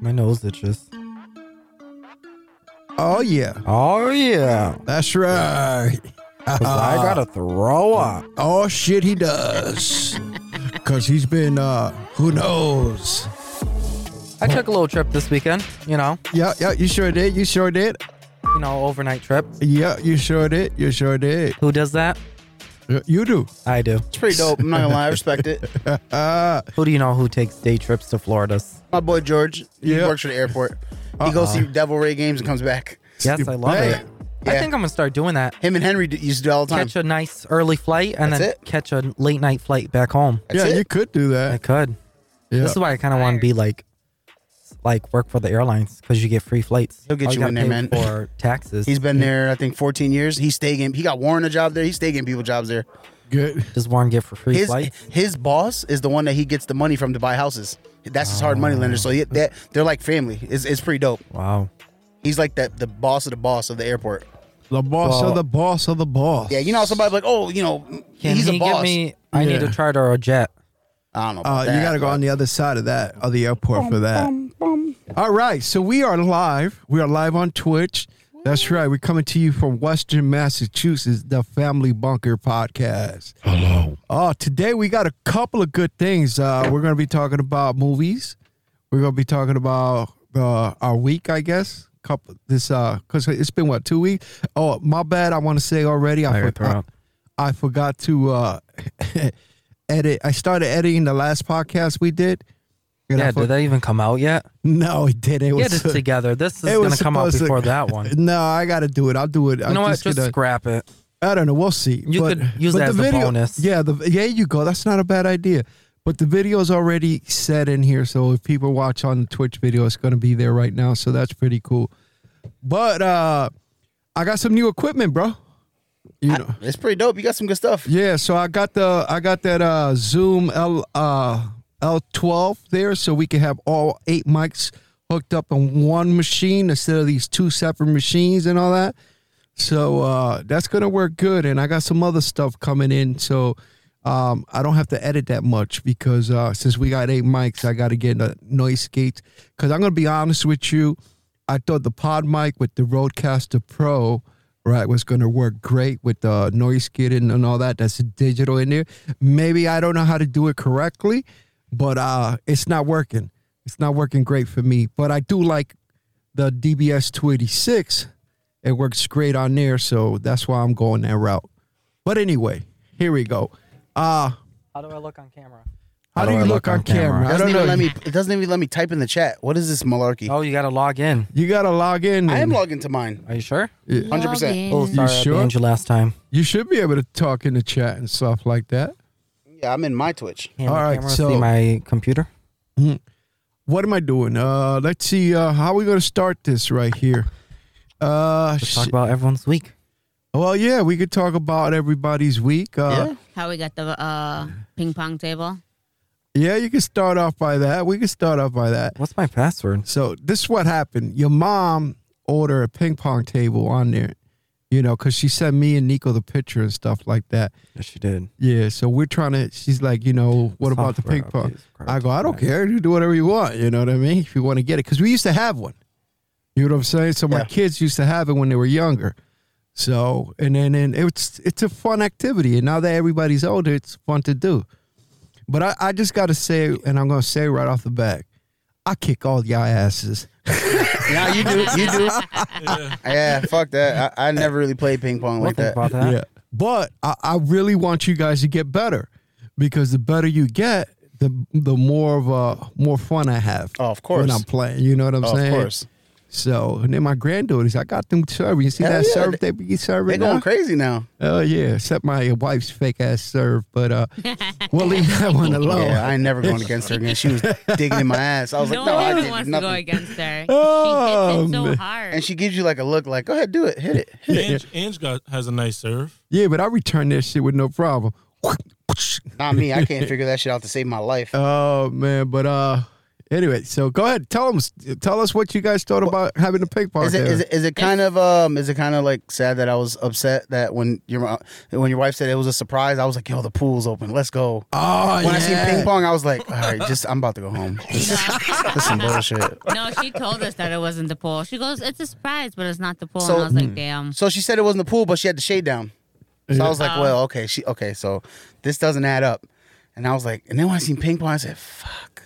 My nose itches. Oh yeah, Oh yeah. that's right. 'Cause I gotta throw up. Oh shit, he does. Cause he's been uh, who knows? I took a little trip this weekend, you know, Yeah, yeah, you sure did. You sure did. you know, overnight trip. Yeah, you sure did. You sure did. Who does that? Y- You do. I do. It's pretty dope. I'm not gonna lie, I respect it. Uh, Who do you know who takes day trips to Florida's? My boy George, he Yeah. Uh-uh. works for the airport. He goes see Devil Ray games and comes back. Yes, I love Hey. it. I Yeah. think I'm gonna start doing that. Him and Henry d- used to do it all the time. Catch a nice early flight and That's then it. catch a late night flight back home. That's yeah, it. you could I do that. could. Yeah. This is why I kind of want to be like, like work for the airlines because you get free flights. He'll get All you in gotta there, pay man. For taxes, He's been there, I think, 14 years. He stayed getting, he got Warren a job there. He stayed getting people jobs there. good. Does Warren get for free His flights? his boss is the one that he gets the money from to buy houses. That's his hard money lender. So he, that they're like family. It's, it's pretty dope. Wow. He's like that the boss of the boss of the airport. The boss Well- of the boss of the boss. Yeah, you know, somebody like, oh, you know, Can he's he a boss. give me? I need Yeah. to charter a jet. I don't know. About Uh, that, you got to go but- on the other side of that, of the airport for that. All right, so we are live. We are live on Twitch. That's right. We're coming to you from Western Massachusetts, the Family Bunker Podcast. Hello. Oh, today we got a couple of good things. Uh, we're going to be talking about movies. We're going to be talking about uh, our week, I guess. Couple this uh, cause it's been what two weeks. Oh, my bad. I want to say already. I, I gotta forgot. I forgot to uh, edit. I started editing the last podcast we did. And I Yeah. for- Did that even come out yet? no, it didn't. It was, Get it together. This is it gonna was come out supposed to- before that one. No, I got to do it. I'll do it. You know I'm what? Just gonna- scrap it. I don't know. We'll see. You could use that as a bonus. Yeah, the yeah you go. That's not a bad idea. But the video's already set in here, so if people watch on the Twitch video, it's going to be there right now. So that's pretty cool. But uh I got some new equipment, bro. You know. It's pretty dope. You got some good stuff. Yeah, so I got the I got that uh Zoom L uh L12 there so we can have all eight mics hooked up on one machine instead of these two separate machines and all that. So uh that's going to work good and I got some other stuff coming in so um I don't have to edit that much because uh since we got eight mics I got to get the noise gates cuz I'm going to be honest with you I thought the pod mic with the Rodecaster Pro, right, was going to work great with the noise kit and, and all that. That's digital in there. Maybe I don't know how to do it correctly, but uh, it's not working. It's not working great for me. But I do like the DBS 286. It works great on there, so that's why I'm going that route. But anyway, here we go. Uh, How do I look on camera? how, do you look, on camera? It I doesn't don't even know. let me. It doesn't even let me type in the chat. What is this malarkey? Oh, you gotta log in. you gotta log in. I am and- logging to mine. Are you sure? 100%. Oh, sorry, I sure? banned you last time. you should be able to talk in the chat and stuff like that. Yeah, I'm in my Twitch. Can the All right, camera so- see my computer. what am I doing? Uh, let's see. Uh, how we gonna start this right here? Uh, Let's talk sh- about everyone's week. well, yeah, we could talk about everybody's week. Uh, How we got the uh, ping pong table? yeah. you can start off by that. We can start off by that. What's my password? So this is what happened. Your mom ordered a ping pong table on there, you know, because she sent me and Nico the picture and stuff like that. Yes, she did. Yeah, so we're trying to. She's like, you know, what about the Software ping pong? updates, correct. I go, I don't Right. care. You do whatever you want. You know what I mean? If you want to get it, because we used to have one. You know what I'm saying? So my Yeah. kids used to have it when they were younger. So and then and it's it's a fun activity, and now that everybody's older, it's fun to do. But I, I just got to say, and I'm gonna say right off the bat, I kick all y'all asses. Yeah, you do. You do. yeah, fuck that. I, I never really played ping pong We'll like think that. about that. Yeah. But I, I really want you guys to get better because the better you get, the the more of a more fun I have. Oh, of course. When I'm playing, you know what I'm Oh, saying? of course. So and then my granddaughters, I got them serving. You see Hell that yeah. serve they be They're serving? going now? crazy now. Oh yeah, except my wife's fake ass serve, but uh we'll leave that one alone. Yeah, I ain't never going against her again. She was digging in my ass. I was no like, no, I one can't wants do to go nothing. against her. she Oh, hits it so man. hard. And she gives you like a look, like, go ahead, do it, hit it. Hit it. Ange, Ange got, has a nice serve. Yeah, but I return that shit with no problem. Not me. I can't figure that shit out to save my life. Oh man, but uh Anyway, so go ahead. Tell them. Tell us what you guys thought about having a ping pong. Is it, there. is it is it kind of um is it kind of like sad that I was upset that when your mo- when your wife said it was a surprise I was like yo the pool's open let's go oh, when I seen yeah. ping pong I was like all right just I'm about to go home this is some bullshit No, she told us that it wasn't the pool. She goes, "It's a surprise, but it's not the pool." So- mm. and I was like, "Damn." so she said it wasn't the pool but she had the shade down so I was like well okay she okay so this doesn't add up and I was like and then when I seen ping pong I said fuck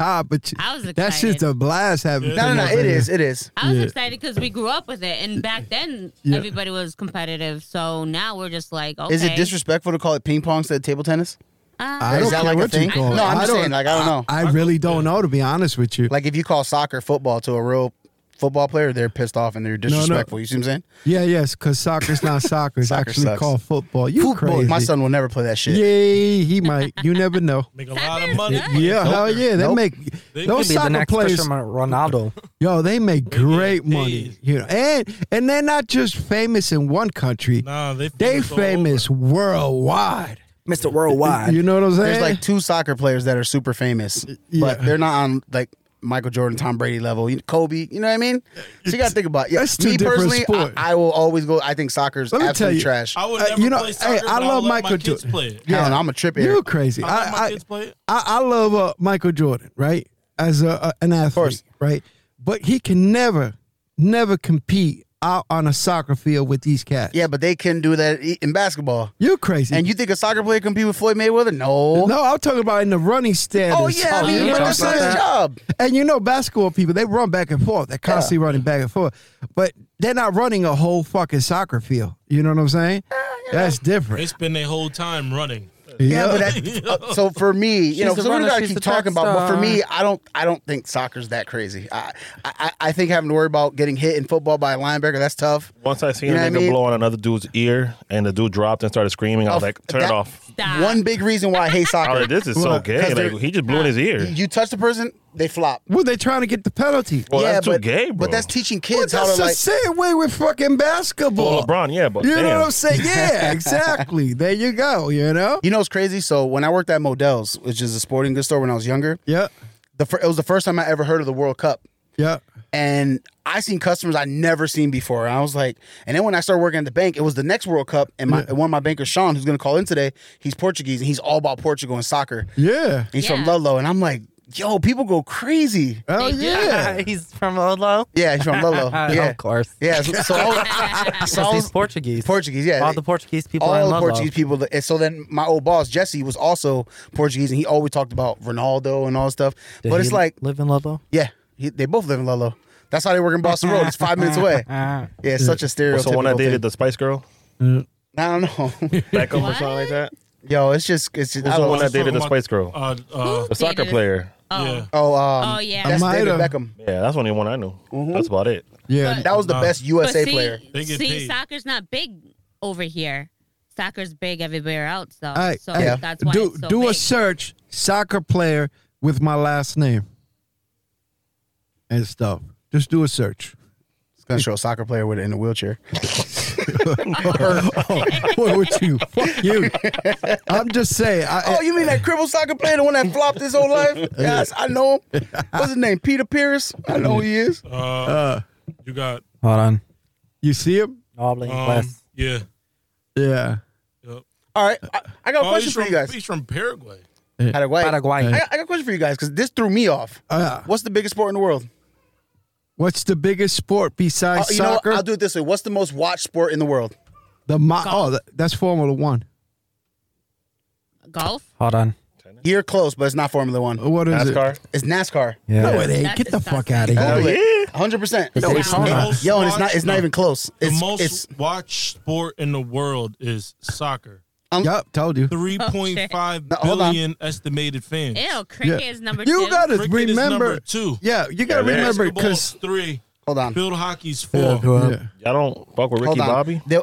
Ah, but you- I was that's just excited. a blast having. no no Yeah. ping no pong. it is it is I was Yeah. excited because we grew up with it, and back then Yeah. everybody was competitive. So now we're just like, okay, is it disrespectful to call it ping pong instead of table tennis I Uh, don't Is that care like a what you thing? call it. No, I'm just I don't- saying, like, I don't know. I, I really don't know, to be honest with you. like if you call soccer football to a real football player they're pissed off and they're no. disrespectful you see what I'm saying yeah, yes, because soccer's not soccer. It's Soccer actually sucks. called football. You Football. crazy? My son will never play that shit. Yay, he might. You never know. Make a lot of money. Yeah, hell yeah. They Nope. make They those could Be the soccer next players. Cristiano Ronaldo. Yo, they make great get money. paid. You know, and and they're not just famous in one country. Nah, they They all over. famous worldwide. Mr. Worldwide. You know what I'm saying? There's like two soccer players that are super famous, but Yeah. they're not on like Michael Jordan, Tom Brady level. You- Kobe, you know what I mean? So you got to think about it. Yeah, That's two me different personally, sport. I, I will always go. I think soccer is Let me tell absolute you, trash. I, I would Uh, never you know, play hey, soccer, I but love let my Michael kids Jordan. play it. don't know. I'm a trip here. You're crazy. I let my I, I, kids play it. I, I love uh, Michael Jordan, right? As a, a- an athlete, course. right? But he can never, never compete out on a soccer field with these cats. Yeah, but they can do that i- in basketball. you're crazy. And you think a soccer player can compete with Floyd Mayweather? No. no, I'm talking about in the running status. Oh yeah, I Oh, mean, yeah. you Talk understand about his that. job. And you know, basketball people they run back and forth. They're constantly running back and forth, but they're not running a whole fucking soccer field. You know what I'm saying? That's They different. spend their whole time running. Yeah, but that, uh, so for me, you know, She's a so we don't runner, gotta she's keep a track talking about. But for star. me, I don't, I don't think soccer's that crazy. I, I, I- I think having to worry about getting hit in football by a linebacker that's tough. Once I seen You a know nigga what I mean? blow on another dude's ear and the dude dropped and started screaming, I was Oh, like, turn that- it off. stop. One big reason why I hate I was soccer. like, this is Well, so gay. 'cause they're- Like, he just blew in his ear. you touch the person, they flop. Well, they trying to get the penalty. Well, yeah, that's too but, gay, bro. But that's teaching Well, kids how that's to the like. same way with fucking basketball. Well, LeBron, yeah, but You damn. know what I'm saying? Yeah, exactly. there you go. You know. You know what's crazy? So when I worked at Modell's, which is a sporting goods store, when I was younger, Yeah. the fir- it was the first time I ever heard of the World Cup. Yeah. and I seen customers I never seen before. And I was like, and then when I started working at the bank, it was the next World Cup, and my one of my bankers, Sean, who's gonna call in today, he's Portuguese and he's all about Portugal and soccer. Yeah. He's from Yeah. Ludlow, and I'm like, yo, people go crazy. Oh They do. yeah. He's from Olo. Yeah, he's from Ludlow. yeah, Of course. yeah. So, so I was, so I Because was- he's Portuguese. Portuguese, yeah. All the Portuguese people are in all the Ludlow. Portuguese people. that- And so then my old boss Jesse was also Portuguese, and he always talked about Ronaldo and all that stuff. Did but he it's like, live in Ludlow. yeah, he, they both live in Ludlow. That's how they work in Boston Road. It's five minutes away. Ah. Yeah, it's such a stereotypical. so when I thing. dated the Spice Girl, I don't know. back up or What? something like that. Yo, it's just it's just. I Who's the don't one know. that dated the Talking Spice Girl? Uh, uh, The soccer Dated- player. Oh, yeah. Oh, um, Uh, Oh, yeah. that's David Amaya. Beckham. Yeah, that's the only one I knew. Mm-hmm. That's about it. Yeah. That was the Nah. best But USA see, player. They get see, paid. soccer's not big over here. Soccer's big everywhere else, though. All right, so hey, that's why do it's so do big. a search soccer player with my last name and stuff. Just do a search. It's gonna show a soccer player with in a wheelchair. oh, what would you? Fuck you. I'm just saying. I, Oh, you mean that crippled soccer player, the one that flopped his whole life? Yes, I know him. What's his name? Peter Pierce. I know who he is. Uh, you got Hold on. you see him? Noblin um, West. yeah. Yeah. Yep. All right, I, I got a Oh, question he's for from, you guys. he's from Paraguay. Paraguay. Paraguay. I, got- I got a question for you guys because this threw me off. Uh, What's the biggest sport in the world? what's the biggest sport Uh, besides you know, what? soccer? I'll do it this way. What's the most watched sport in the world? the mo- oh, that- that's Formula One. golf. Hold on. You're close, but it's not Formula One. What is it? NASCAR. It's NASCAR. Yeah. No, it ain't. That's Get the fuck disgusting. out of here. Google it. yeah. 100%. No, it's not. Yo, and it's not it's not even close. The It's most it's watched sport in the world is soccer. Yup, told you. Three point five billion No, hold on. estimated fans. Ew, cricket is number two. You gotta Cricket is remember. number two. Yeah, you gotta Yeah, remember Basketball's because three. Hold on. Field hockey's full. Yeah, go up. Yeah. Y'all don't fuck with Hold Ricky on. Bobby. They-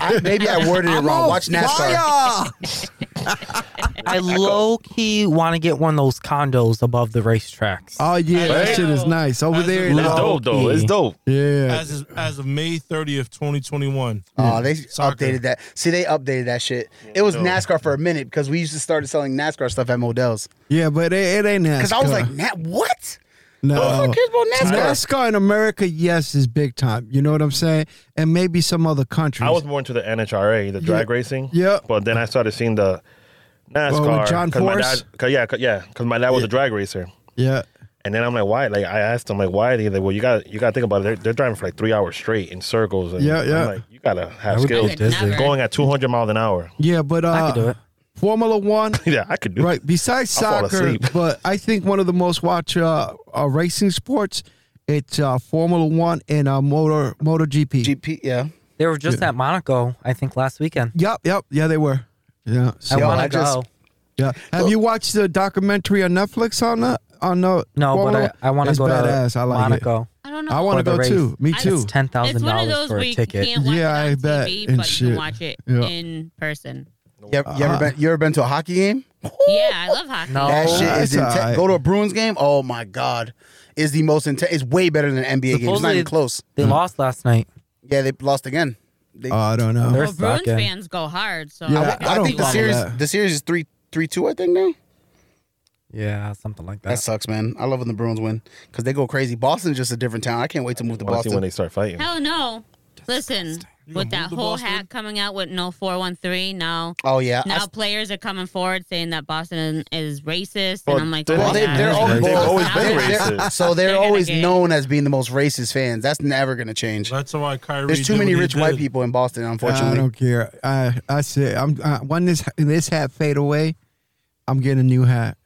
I, maybe I worded it wrong. Watch NASCAR. Fire! I low key want to get one of those condos above the racetracks. Oh yeah, that Hey. shit is nice over That's there. a It's Low-key. dope though. It's dope. Yeah, As of, as of May 30th, 2021. Oh, they Soccer. updated that. See, they updated that shit. It was no. NASCAR for a minute because we used to start selling NASCAR stuff at Modell's. yeah, but it, it ain't NASCAR. Because I was like, Nat, what? no. Who cares about NASCAR? NASCAR in America, yes, is big time. You know what I'm saying? And maybe some other countries. I was more into the NHRA, the drag racing. Yeah. But then I started seeing the NASCAR. John 'cause my Force? dad, 'cause- yeah, 'cause- yeah, because my dad was a drag racer. yeah, And then I'm like, why? Like I asked him, like, why? They like, well, you got you got to think about it. They're, they're driving for like three hours straight in circles. And Yeah, yeah. I'm like, you gotta have That would be skills. I could never. Going at 200 miles an hour. yeah, but uh, I could do it. Formula One, yeah, I could do. right? Besides I'll fall soccer, asleep. but I think one of the most watched uh, uh, racing sports it's uh, Formula One and uh, motor motor GP. GP, yeah. They were just at Monaco, I think, last weekend. Yep, yep, yeah, they were. Yeah, I so, Yo, want I to just- go. yeah. Have you watched the documentary on Netflix on that? On the No, Formula One? but I, I want to It's go to badass. I like it. Monaco. I don't know. I want to For the go race. too. Me I- too. It's ten It's thousand one dollars of those for where a you ticket. can't watch Yeah, it I on bet, TV, and but you shit. can watch it Yeah. in person. You ever, you ever been, you ever been to a hockey game? Yeah, I love hockey. No. That Oh, shit is that's intense. alright. Go to a Bruins game. Oh my god, is the most intense. It's way better than an NBA game. It's not Supposedly- even close. They Mm. lost last night. Yeah, they lost again. They, Oh, I don't know. They're Well, Bruins sucking. fans go hard, so Yeah. I, I I don't think the follow series that. the series is three three two. I think now. Yeah, something like that. That sucks, man. I love when the Bruins win because they go crazy. Boston's just a different town. I can't wait to move to I want to see when Boston. they start fighting. hell no. Listen, You gonna with that move to whole Boston? hack coming out with no four one three, now Oh yeah, I- now players are coming forward saying that Boston is racist, Well, and I'm like, they- oh, well, they, yeah. they're always, They've always been they're- racist. So they're, They're gonna always get- known as being the most racist fans. That's never gonna change. That's why Kyrie. There's too did many what he rich white did. people in Boston, I unfortunately. don't care. I I say I'm uh, when this this hat fade away, I'm getting a new hat.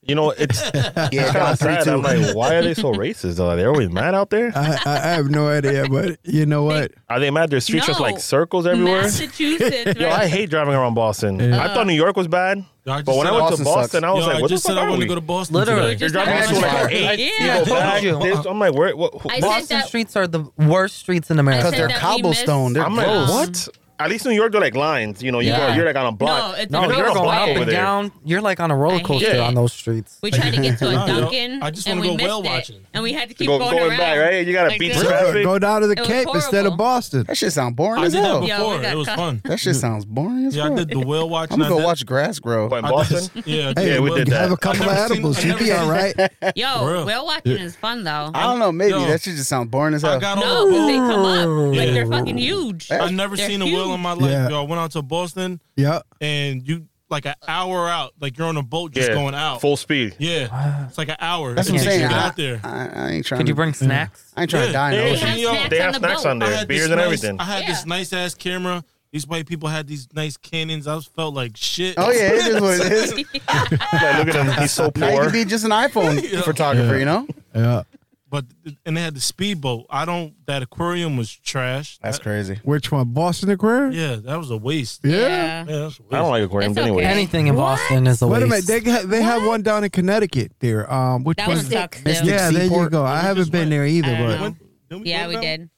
You know, it's kind Yeah, down of three sad. two. I'm like, why are they so racist? Though? Are they always mad out there? I, I, I have no idea, but you know what? Are they mad? There's streets just No. like circles everywhere. Massachusetts. Yo, right? I hate driving around Boston. I thought New York was bad, Yo, I just but when I said went Boston to sucks. Boston, I was Yo, like, I "What the just fuck said I are want we?" to go to Boston. Literally. today. You're driving I into told like you. eight. Yeah. You go back. I told you. This, I'm like, where? What, who- I said Boston that- streets are the worst streets in I America. said Because they're that we cobblestone. missed- They're I'm like, gross. what? At least in New York, they're like lines. You know, you Yeah. go, you're like on a block. No, it's No, You're you're on a going block up over and there. down. You're like on a roller hate coaster it. on those streets. We tried to get to a Nah, yo, Dunkin', I just and wanna we go whale missed it, watching. and we had to keep Go- going, going around. back, right? You gotta Like beat this. traffic. Traffic. Go down to the It was Cape instead of horrible. Boston. That shit sounds boring I as did that hell. Yo, we before. got It was cut. fun. That shit sounds boring as Yeah, I fuck. did the whale watching. I'm gonna I go did- watch grass grow. But in I did- Boston, Yeah, I Hey, did we the did wheel- that. Have a I've couple of never seen- edibles. I've You'd never be seen- all right. For Yo, real. whale watching is fun though. I don't know. Maybe Yo. that shit just sounds boring as hell. I got No, on. 'cause a boat. they come up Yeah. like they're fucking huge. I've never They're seen a whale in my life. Yeah. Yo, I went out to Boston Yeah. and you like an hour out, like you're on a boat just yeah, going out. full speed. Yeah, it's like an hour. That's it what I'm takes saying. You to get I, out there. I, I ain't trying. Could you to, Mm. bring snacks? I ain't trying to die in They, the They ocean. have yo, snacks they on have the snacks boat. on I there, had beers this and nice- everything. I had this Yeah. nice ass camera. These white people had these nice cannons. I just felt like shit. Oh yeah, it is what it is. Like, look at him, he's so Now you poor. could be just an iPhone photographer, you know? Yeah. But and they had the speedboat. I don't. That aquarium was trash. That's That- crazy. Which one? Boston Aquarium? Yeah, that was a waste. Yeah. yeah. Yeah, that's a waste. I don't like aquariums It's okay. anyway. Anything in Boston is a Wait waste. a minute. They ha- they have one down in Connecticut there. Um, which That one? one sucks too. Mystic Yeah, there you Seaport. go. I haven't just been went. there I don't either, know. Didn't we Yeah, go we down? did.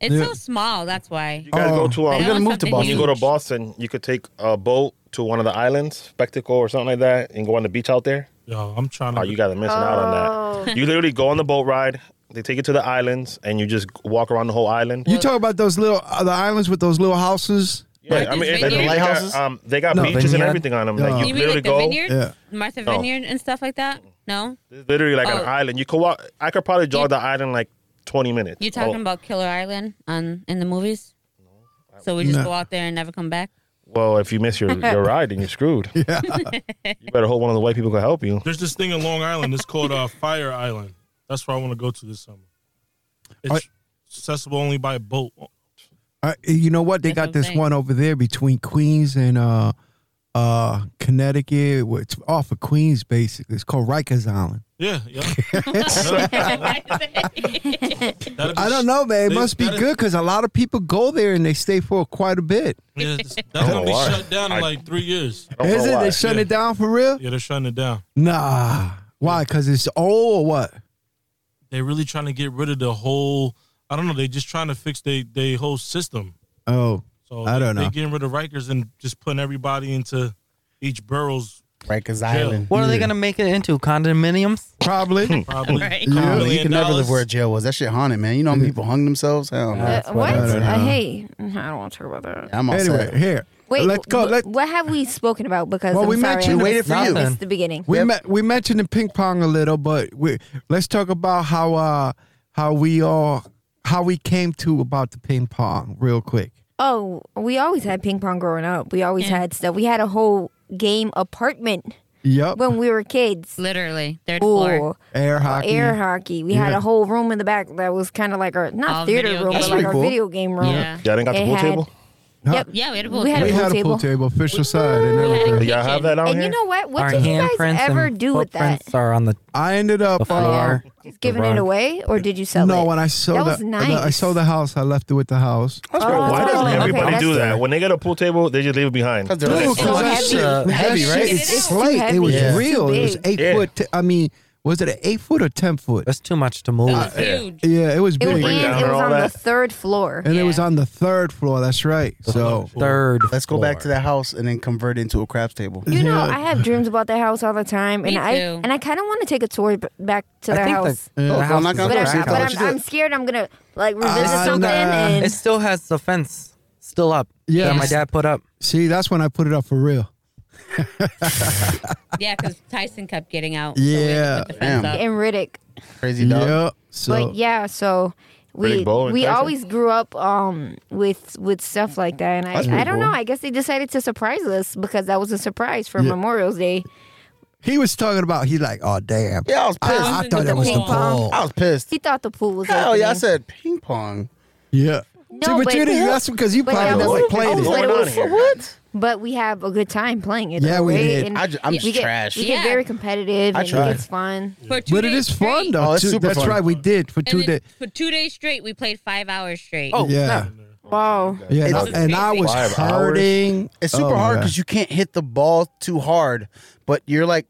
It's Yeah. so small. That's why. You guys Oh. go to um, They gotta want move to something Boston. when you go to huge. Boston, you could take a boat to one of the islands, Spectacle or something like that, and go on the beach out there. Yo, I'm trying to. Oh, you guys are missing out on that. You literally go on the boat ride. They take you to the islands, and you just walk around the whole island. but you talk about those little uh, the islands with those little houses. yeah, I mean, Like they, the they lighthouses? got, um, they got No, beaches and vineyard. everything on them. No. Like, you, You mean literally like the go. Oh. vineyard, Oh. Yeah. Martha No. Vineyard, and stuff like that? No, It's literally like Oh. an island. You could walk. I could probably jog You- the island like twenty minutes. you talking Oh, about Killer Island on in the movies? So we just No. go out there and never come back. Well, if you miss your, your ride, then you're screwed. Yeah. You better hope one of the white people can help you. There's this thing in Long Island. It's called uh, Fire Island. That's where I want to go to this summer. It's Alright. accessible only by boat. Uh, you know what? They That's what got I'm this saying. one over there between Queens and uh, uh, Connecticut. Well, It's off of Queens, basically. It's called Rikers Island. Yeah, yeah. I don't know, man. It They- must be that is- good because a lot of people go there and they stay for quite a bit. Yeah, it's- don't that's gonna know be why. shut down I- in like three years. I don't know Is it? why. They shutting Yeah. it down for real? Yeah, they're shutting it down. Nah. Why? Because it's old or what? they're really trying to get rid of the whole. I don't know. They just trying to fix they they whole system. Oh, So I don't they, know. They getting rid of Rikers and just putting everybody into each borough's Rikers Island. What are they Yeah. gonna make it into? Condominiums? probably. probably. Right. couple Yeah. You million can never live dollars. where jail was. That shit haunted, man. You know how many people hung themselves? Hell no. Yeah. Uh, what? I don't Uh, know. hey, I don't want to talk about that. I'm all anyway, set. here. Wait, let's go. wh- Let what have we spoken about? Because Well, I'm we sorry, mentioned I it. Waited for missed- you. missed the beginning. we met, we mentioned the ping pong a little, but we let's talk about how uh how we all how we came to about the ping pong real quick. Oh, we always had ping pong growing up. We always Yeah. had stuff. We had a whole game apartment Yep. when we were kids. Literally, third floor. Ooh, air hockey. air hockey. We had Yeah. a whole room in the back that was kind of like our not A theater video room, game. but That's like pretty our cool. video game room. Yeah. Y'all ain't got the It pool had- table? Huh? Yep. Yeah, we had a pool. We had we a had pool a pool table. table, official side, and everything. Do y'all have that out And here? you know what? What Our did you guys handprints ever and do with that? footprints are on the, I ended the up uh, floor. Just giving it rug. away, or did you sell no it? when I That sold was the, nice. I sold the house. I left it with the house. That's pretty Oh, cool. Why that's doesn't okay, everybody that's do that? fair. When they get a pool table, they just leave it behind. 'Cause they're like- "Oh, No, 'cause so that heavy. shit- Uh, that heavy, shit right? is It's too slight. It was heavy. real. It was It's too eight big. foot. t- I mean, was it an eight foot or ten foot? That's too much to move. It was Yeah. huge. Yeah, it was It big, was, and Bring down it and was all on that. the third floor. and it Yeah. was on the third floor. That's right. So Third. Let's go back to floor. that house and then convert it into a craps table. You know, Yeah. I have dreams about that house all the time, and Me I too. and I kind of want to take a tour b- back to I that think house. the, the Oh, so house I'm not is gonna but a go I'm, back crack to but that house. I'm, house. I'm scared I'm gonna like revisit Uh, something nah. and It still has the fence still up. Yeah. that my dad put up. see, that's when I put it up for real. Yeah, because Tyson kept getting out. Yeah. So we put the fence Damn. up. and Riddick. Crazy dog. Yeah. So But yeah, so we Riddick Bowe and we Tyson? always grew up um with with stuff like that, and That's I pretty I don't cool. know. I guess they decided to surprise us because that was a surprise for Yeah. Memorial Day. he was talking about. He like, oh damn. Yeah, Oh. I was pissed. I, I With thought the that was the ping pong. ball. I was pissed. He thought the pool was. Hell yeah, I opening. said ping pong. Yeah. No, see, but, but- you didn't. That's because you but probably that never was- played that it. was- Going on here. What? But we have a good time playing it. Yeah, we right? did. And I ju- I'm we just get, trash. We Yeah. get very competitive. I and tried. It's fun. For two But it days is fun straight. though. Oh, it's too. super that's fun. right. We did for two And days. then for two days straight, we played five hours straight. Oh, Yeah. Wow. Yeah. And, It's- I- and I was Five hours? hurting. It's super Oh, hard yeah. because you can't hit the ball too hard, but you're like,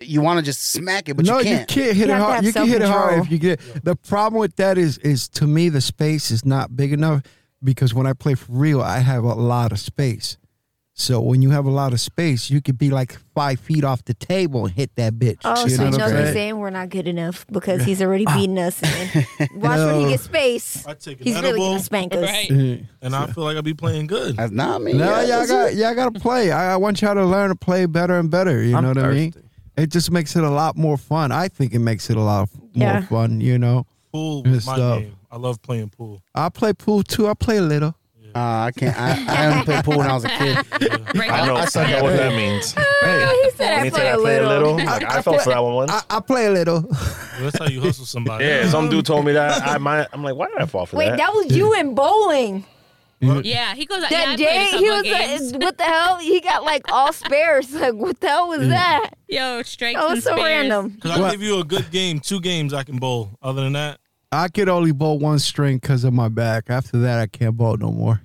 you want to just smack it, but no, you can't. hit You it have to hard. have You can hit it hard self-control. if you get. The problem with that is, is to me the space is not big enough because when I play for real, I have a lot of space. So when you have a lot of space, you could be like five feet off the table and hit that bitch. Oh, you so know you know what what I'm he's saying? saying? We're not good enough because he's already beating us. And watch when No. he gets space. I take an He's really edible. gonna spank us. Right. and I feel like I'll be playing good. That's not me. Uh, No, Yeah, y'all that's got it. y'all got to play. I, I want y'all to learn to play better and better. You I'm know what I mean? thirsty. It just makes it a lot more fun. I think it makes it a lot more Yeah. fun. You know, Pool was Good my stuff. game. I love playing pool. I play pool too. I play a little. Uh, I can't. I, I haven't played pool when I was a kid. Right I know, off I the suck at bat. what that means. Oh, he said I Anytime play I a play a little. little, like, I fell for that one once. I, I play a little. That's how you hustle somebody. Yeah, some dude told me that. I might, I'm like, why did I fall for Wait, that was you in bowling Yeah, he goes. yeah, I that played a day. couple He was games. like, "What the hell?" He got like all spares. Like, what the hell was that? Yo, strikes. That and was so spares. random. Because I What? give you a good game, two games I can bowl. Other than that, I could only bowl one string because of my back. After that, I can't bowl no more.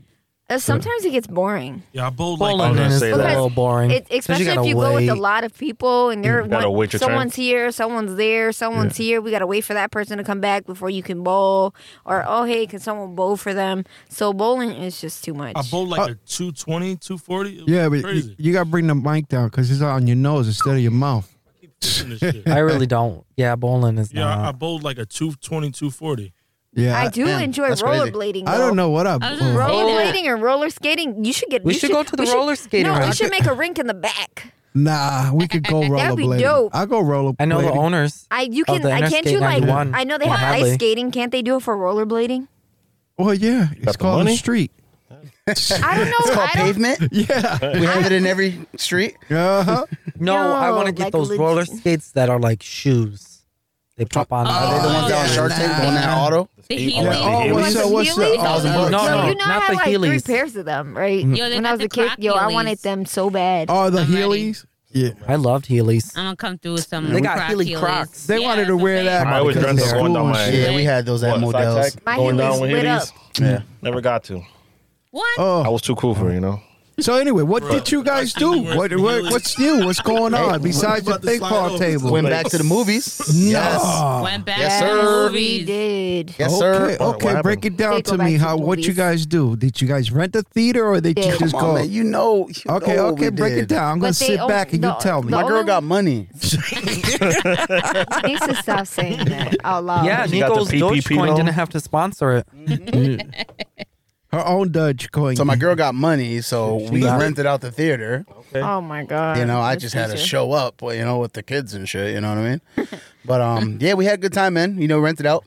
Uh, Sometimes it gets boring. yeah, I bowled like Bowling gonna is say a that. little boring. It, 'Cause you especially if gotta you go with a wait. lot of people and they're gotta one- wait your turn. someone's here, someone's there, someone's here. We gotta wait for that person to come back before you can bowl. Or oh hey, can someone bowl for them? So bowling is just too much. I bowled like a 220, 240. It was Uh, Yeah, but crazy. you, got to bring the mic down because it's on your nose instead of your mouth. Fishing this shit. I really don't. Yeah, bowling is Yeah, I, I not. bowled like a 220, 240. Yeah, I do damn, enjoy that's crazy. rollerblading. I don't though. know what I. I was gonna say- Rollerblading and roller skating, you should get. We you should go to the we should- roller skating No, we rink. should make a rink in the back. nah, we could go That'd be rollerblading. dope. I go rollerblading. I know the owners. I you Oh, can. the I can't you Interstate like. 91. I know they Yeah, have ice Hadley. skating. Can't they do it for rollerblading? Well, yeah, it's the called the money? street. I don't know. It's called I don't, pavement. Yeah. We have it in every street. Uh-huh. No, I want No, to get like those legit- roller skates that are like shoes. They pop on. Oh, Are they the Oh, ones that on Shark Tank on that auto? The Yeah. Heelys. Oh, Oh, Heelys. what's up? What's up? Heelys? Oh, Thousand No, No, no, you know not I the had like three Heelys. Mm-hmm. pairs of them, right? Yo, they when got I was the a kid, crack yo, I Heelys. wanted them so bad. oh, the I'm ready. Heelys. Yeah, I loved Heelys. Uh, I'm gonna come through with some. They got Croc Heeley Heelys. Crocs. they Yeah, wanted to that's wear what that. I'm I always because dreamt of of going down school my- and shit. Yeah, we had those at What, Models. Zytec? My Going Heelys down with lit Heelys? up. Yeah. Never got to. What? Oh, I was too cool for it, you know? So anyway, what Bro, did you guys I do? think we're What, what really- what's new? What's going on besides the about to ping slide pong over. table? Went Like- back to the movies. Yes. No. Went back Yes, to the sir. We movies. did. Yes, sir. Okay, What okay. happened? Break it down They go to back me. to How the what you movies. guys do? Did you guys rent a theater or did Yeah. you just Come on, go? man. You know. you Okay, know what okay. we Break it did. down. I'm gonna But they sit own- back and you the- tell me. the My girl only- got money. I need to stop saying that out loud. yeah, She got the Nico's PPP Dogecoin loan? didn't have to sponsor it. Her own Dutch coin. So my girl got money, so we got it. rented out the theater. Oh my god. You know, I That's just had to easier. show up, well, you know, with the kids and shit. You know what I mean? but um, yeah, we had a good time, man. You know, rented out,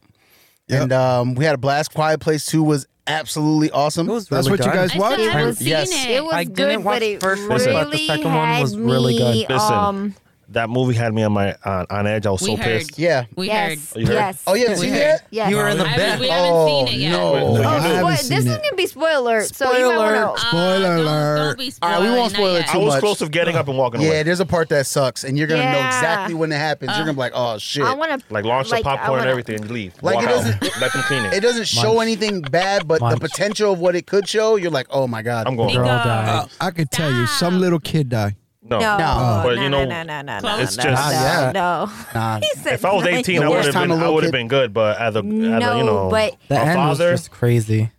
and um, we had a blast. Quiet Place Two was absolutely awesome. It was That's really what you good. guys I What? still haven't Yes. seen it. It was I good, didn't watch but it the first really one, but the second one had was really me, good. Listen. Um, That movie had me on my on, on edge. I was We so heard. pissed. yeah. We yes, heard. You heard? yes. Oh yeah, We see heard. that? Yes. You were in the I was, bed. we haven't Oh, seen it yet. no. No, I Spoil- haven't this seen is it. gonna be spoiler alert. So you might Spoiler. wanna, Uh, Spoiler don't- alert. Don't be All right, we won't spoil spoiling it I too was much. close to getting up and walking Yeah, away. there's a part that sucks, and you're gonna know Yeah. Uh, exactly when it happens. You're gonna be like, oh shit. I want to Like launch the popcorn wanna, and everything and leave. Like, Walk it out. doesn't- Let them clean it. it doesn't show Munch. anything bad, but Munch. the potential of what it could show, you're like, oh my god. I'm going. Girl Uh, died. I could tell you, some little kid died. No. No, no, But no, you know, no, no, no, no, it's no, just- no, Yeah. no. Nah. He said If I was no. 18, I The would worst have time been. a I little would kid- have been good, but as a, as a No, you know, but- The a end was father, just crazy.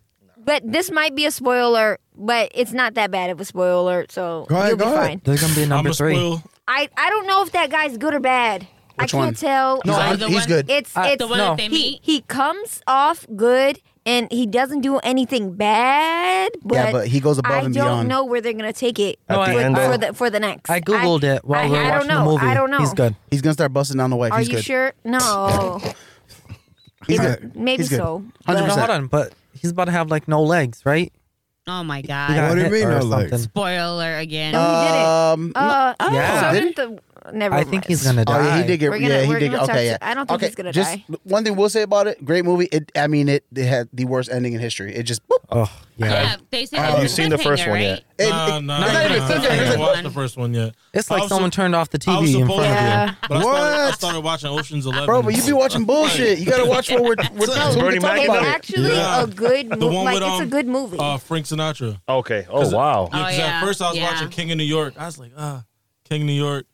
But this might be a spoiler, but it's not that bad of a spoiler alert, so Go ahead, you'll be go ahead. fine. There's gonna be a I'm number a three. spoil. I, I don't know if that guy's good or bad. I Which can't one? tell. no, So I- the he's one- good. It's Uh, it's The one No. that they he meet. he comes off good and he doesn't do anything bad, but, yeah, but he goes above I and don't beyond. know where they're gonna take it At No, the I- end for of the for the next. I googled it while I- we were I don't watching know. the movie. I don't know. He's good. He's gonna start busting down the wife. Are He's you good. sure? No. He's All good. Maybe He's good. so. No, 100%. but- hold on, but he's about to have like no legs, right? Oh my He got god! What do you hit mean or no legs? something. Spoiler again. No, he didn't. Um, Uh, oh, Yeah. so didn't the, never I think mind. he's gonna die. Oh yeah, he did get. We're gonna- yeah, he we're did. gonna Get, okay, yeah. talk to- I don't think okay, he's gonna just die. One thing we'll say about it: great movie. It. I mean, it. It had the worst ending in history. It just. Boop, Oh yeah. yeah, they said. Have it was you a seen the first cliffhanger, one right? yet? it, Nah, it- nah, not nah, even a nah, cliffhanger, I it's haven't like- watched the first one yet. It's I like was someone sup- turned off the I was TV in supposed front to, of you. Yeah. but I started, I What? started watching Ocean's Eleven. Bro, but you be watching bullshit. You gotta watch what we're. we're so we Bernie can talk Mac It's about it. actually Yeah. a good The movie. one Like with, it's a um, good movie. uh, Frank Sinatra. Okay. Oh wow. Yeah, 'cause yeah. at first I was Yeah. watching King of New York. I was like, ah, King of New York.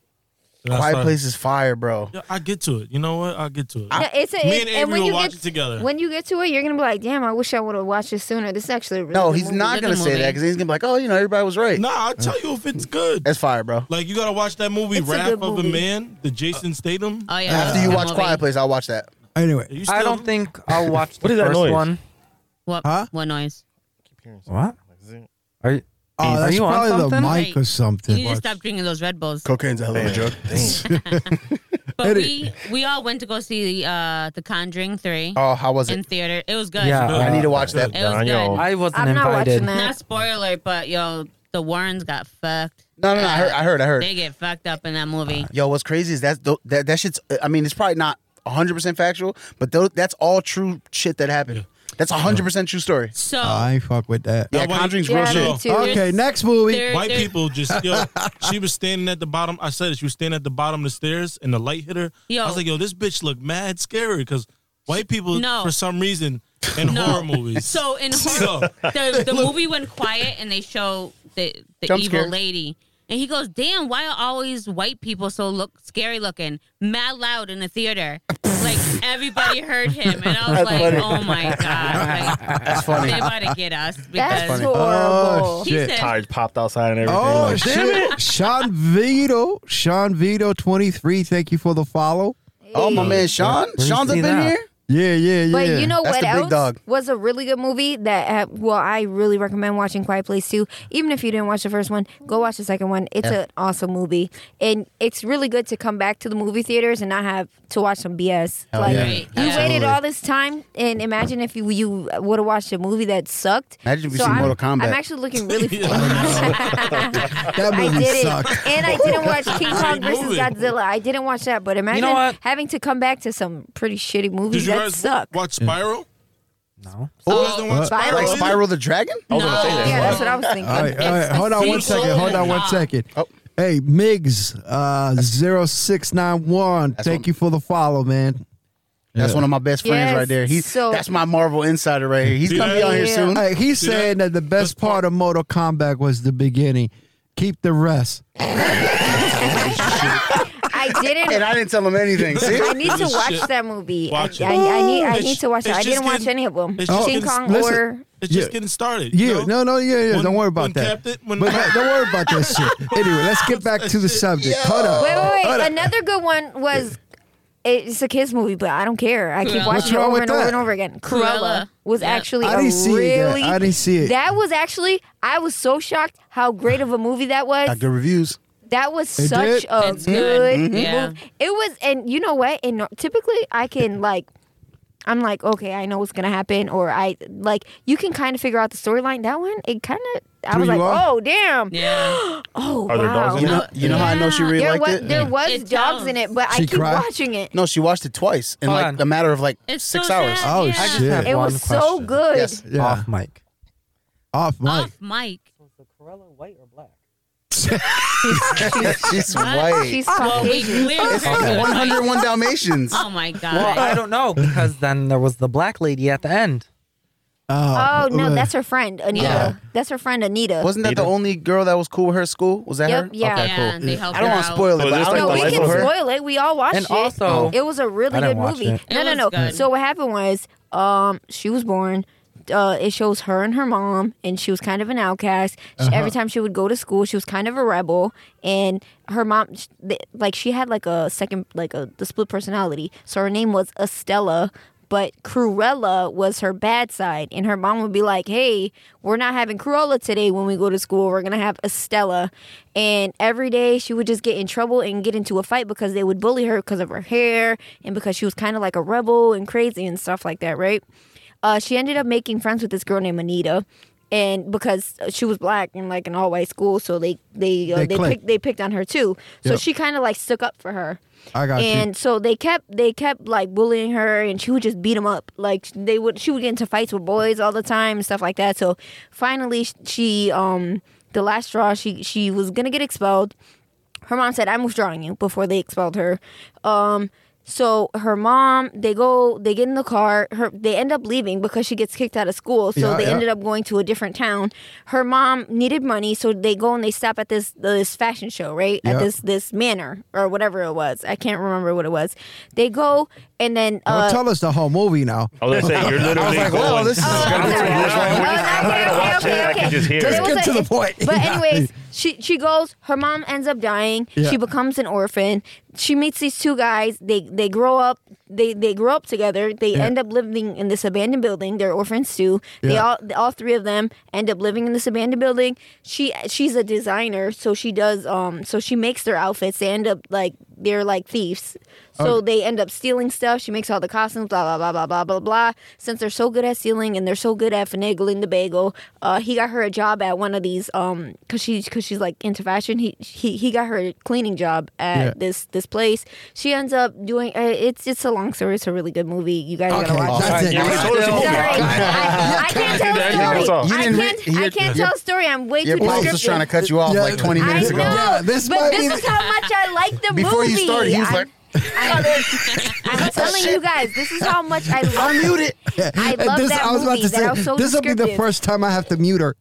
Then I Quiet started- Place is fire, bro. Yeah, I get to it. You know what? I'll get to it. No, it's a, me it- and and Avery when will you watch get it together. when you get to it, you're gonna be like, "Damn, I wish I would have watched this sooner." This is actually a really No, good he's movie. not Good gonna say movie. that because he's gonna be like, oh, you know, everybody was right. nah, I'll tell you if it's good. That's fire, bro. Like you gotta watch that movie It's a Wrath good of a movie. Man, the Jason Statham. Oh yeah. After you the watch movie. Quiet Place, I'll watch that. Anyway, You I still- don't think I'll watch the What is that first noise? one. What? Huh? What noise? What? Are you? oh, Are that's you on probably the something? mic or Wait, You something. need to stop drinking those Red Bulls. Cocaine's a hell of a drug. But we we all went to go see uh The Conjuring Three Oh, how was in it? theater. It was good. Yeah. I need to watch that. It was Daniel. good. I wasn't I'm not invited. watching that. Not spoiler, but yo, the Warrens got fucked. No, no, no. I heard. I heard. I heard. Uh, They get fucked up in that movie. Yo, what's crazy is that's tho- that that shit's. I mean, it's probably not 100 percent factual, but tho- that's all true shit that happened. That's 100 percent true story. So uh, I ain't fuck with that. Yeah, That white- Conjuring's Yeah, real Yo. me shit. too. Okay, next movie. there- White there- people just yo. she was standing at the bottom. I said it. She was standing at the bottom of the stairs, and the light hit her. Yo. I was like, yo, this bitch look mad scary because white people No. for some reason in No. horror movies. So in horror, So- the, the movie went quiet and they show the the Jump evil scare. lady. And he goes, "Damn, why are always white people so look scary looking, mad loud in the theater? like everybody heard him." And I was That's like, funny. "Oh my god, like, That's funny. they about to get us That's because horrible. Oh, he shit. said, Tires popped outside and everything. Oh like, shit! Sean Vito, Sean Vito, twenty three. Thank you for the follow. Oh my man, Sean. you Sean's up see in that? here. Yeah, yeah, yeah. But you know That's what the big else dog. was a really good movie that uh, well I really recommend watching Quiet Place 2. Even if you didn't watch the first one, go watch the second one. It's an awesome movie. And it's really good to come back to the movie theaters and not have to watch some BS. Hell like yeah. Right. you Absolutely. waited all this time and imagine if you you would have watched a movie that sucked. Imagine if you so see I'm, Mortal Kombat. I'm actually looking really that I movie didn't. sucked. And I didn't watch King Kong Great versus movie. Godzilla. I didn't watch that, but imagine what? having to come back to some pretty shitty did movies you that guys suck. watch Spiral? No. Oh, you guys didn't watch Spiral? Spiral? uh, Like either? Spiral the Dragon. Oh. I was gonna say that. Yeah, that's what I was thinking. All right, all right. Hold on one It's the second. Hold on one sequel. second. Oh. Hey, Migs, uh, 0691. Thank what- you for the follow, man. That's Yeah. one of my best friends Yes, right there. He's so- that's my Marvel insider right here. He's gonna be on here Yeah. soon. Hey, he's See saying that? the best part of Mortal Kombat was the beginning. Keep the rest. I And didn't. I didn't tell him anything. See? I need to This watch shit. that movie. Watch I, it. I, I need. I It's- need to watch it. it's I just didn't watch getting- any of them. it's just King getting- Kong Oh, listen. or It's just Yeah. getting started. Yeah, no, no, no, yeah, yeah. When- don't worry when about that. Captain- when- but no, don't worry about that shit. Anyway, let's get back to the subject. Hold up. wait, wait, Oh, Hold wait. up. Another good one was. It's a kids movie, but I don't care. I keep Cruella. What's watching it wrong over with and over that? and over again. Cruella Cruella. was Yeah. actually I a didn't see it. really. I didn't see it. That was actually. I was so shocked how great of a movie that was. Got good reviews. That was It such did? a It's good. good Mhm. Yeah. move. It was, and you know what? And typically, I can like, I'm like, okay, I know what's gonna happen, or I like, you can kind of figure out the storyline. That one, it kind of, I Threw was you like, off? oh damn, Yeah. oh Are there wow. dogs in You it? know, you know how I know she really there liked was it? there was It dogs tells. in it, but I She keep cried? watching it. No, she watched it twice in Hold like on. a matter of like It's six so hours. sad. Oh Yeah. I just shit! have It one was so question. good. Yes. yeah. Off Off, mic. off mic. Off mic. Was the Corella white or black? She's white. She's Well, we Caucasian. clearly- it's like 101 Dalmatians. Oh my god. I don't know because then there was the black lady at the end. Oh no, uh, that's her friend Anita. Yeah. That's her friend Anita. Wasn't that the only girl that was cool with her at school? Was that Yep, her? yeah. Okay, Yeah, cool. they helped I don't her want to out. spoil it, So but this I like no, don't the we think life can of her? spoil it. We all watched And it. also- it was a really Oh. I good didn't watch movie. it. No, It no, was no. good. So what happened was, um, she was born. Uh, it shows her and her mom, and she was kind of an outcast. She, Uh-huh. Every time she would go to school, she was kind of a rebel, and her mom, sh- th- like she had like a second, like a the split personality. So her name was Estella, but Cruella was her bad side, and her mom would be like, "Hey, we're not having Cruella today when we go to school. We're gonna have Estella." And every day she would just get in trouble and get into a fight because they would bully her because of her hair and because she was kind of like a rebel and crazy and stuff like that, right? Uh, she ended up making friends with this girl named Anita. And because she was black and like an all white school, so they they uh, They they, clicked. picked, they picked on her too. So Yep. she kind of like stuck up for her I got and you. so they kept they kept like bullying her and she would just beat them up like they would she would get into fights with boys all the time and stuff like that so finally sh- she um the last straw she she was gonna get expelled her mom said i'm withdrawing you before they expelled her um so her mom they go they get in the car her they end up leaving because she gets kicked out of school so Yeah, they yeah. ended up going to a different town her mom needed money so they go and they stop at this this fashion show right Yeah. at this this manor or whatever it was i can't remember what it was they go and then Don't uh, tell us the whole movie now. I was gonna say you're literally like, going. "Whoa, this is- Oh, I'm gonna I'm sorry. be this Oh, long. no, okay, okay, Oh, watch okay, it. I okay. can just hear But it. it was Get to the a- point. But anyways, she she goes. Her mom ends up dying. Yeah. She becomes an orphan. She meets these two guys. They they grow up. They they grow up together. They Yeah. end up living in this abandoned building. They're orphans too. They Yeah. all all three of them end up living in this abandoned building. She she's a designer, so she does um so she makes their outfits. They end up like they're like thieves. Oh. So they end up stealing stuff. She makes all the costumes, blah blah blah blah blah blah blah. Since they're so good at stealing and they're so good at finagling the bagel, uh, he got her a job at one of these um, cause she cause she's like into fashion. He he, he got her a cleaning job at Yeah. this this place. She ends up doing. Uh, it's it's a long story. It's a really good movie. You guys Okay, gotta watch. it. that's Alright, it. yeah, we told us a Sorry, movie. I, I can't tell You didn't a read story. it. I You can't, I can't your- tell a story. I'm way Your too pops was trying to descriptive. cut you off Yeah. like 20 I minutes I ago. know, Yeah, this but might this be- is how much I like the Before movie. you started, he was I'm- like, I'm telling you guys, this is how much I love unmute it. I love this, that I was movie. about to that I was say, so this will be the descriptive. first time I have to mute her.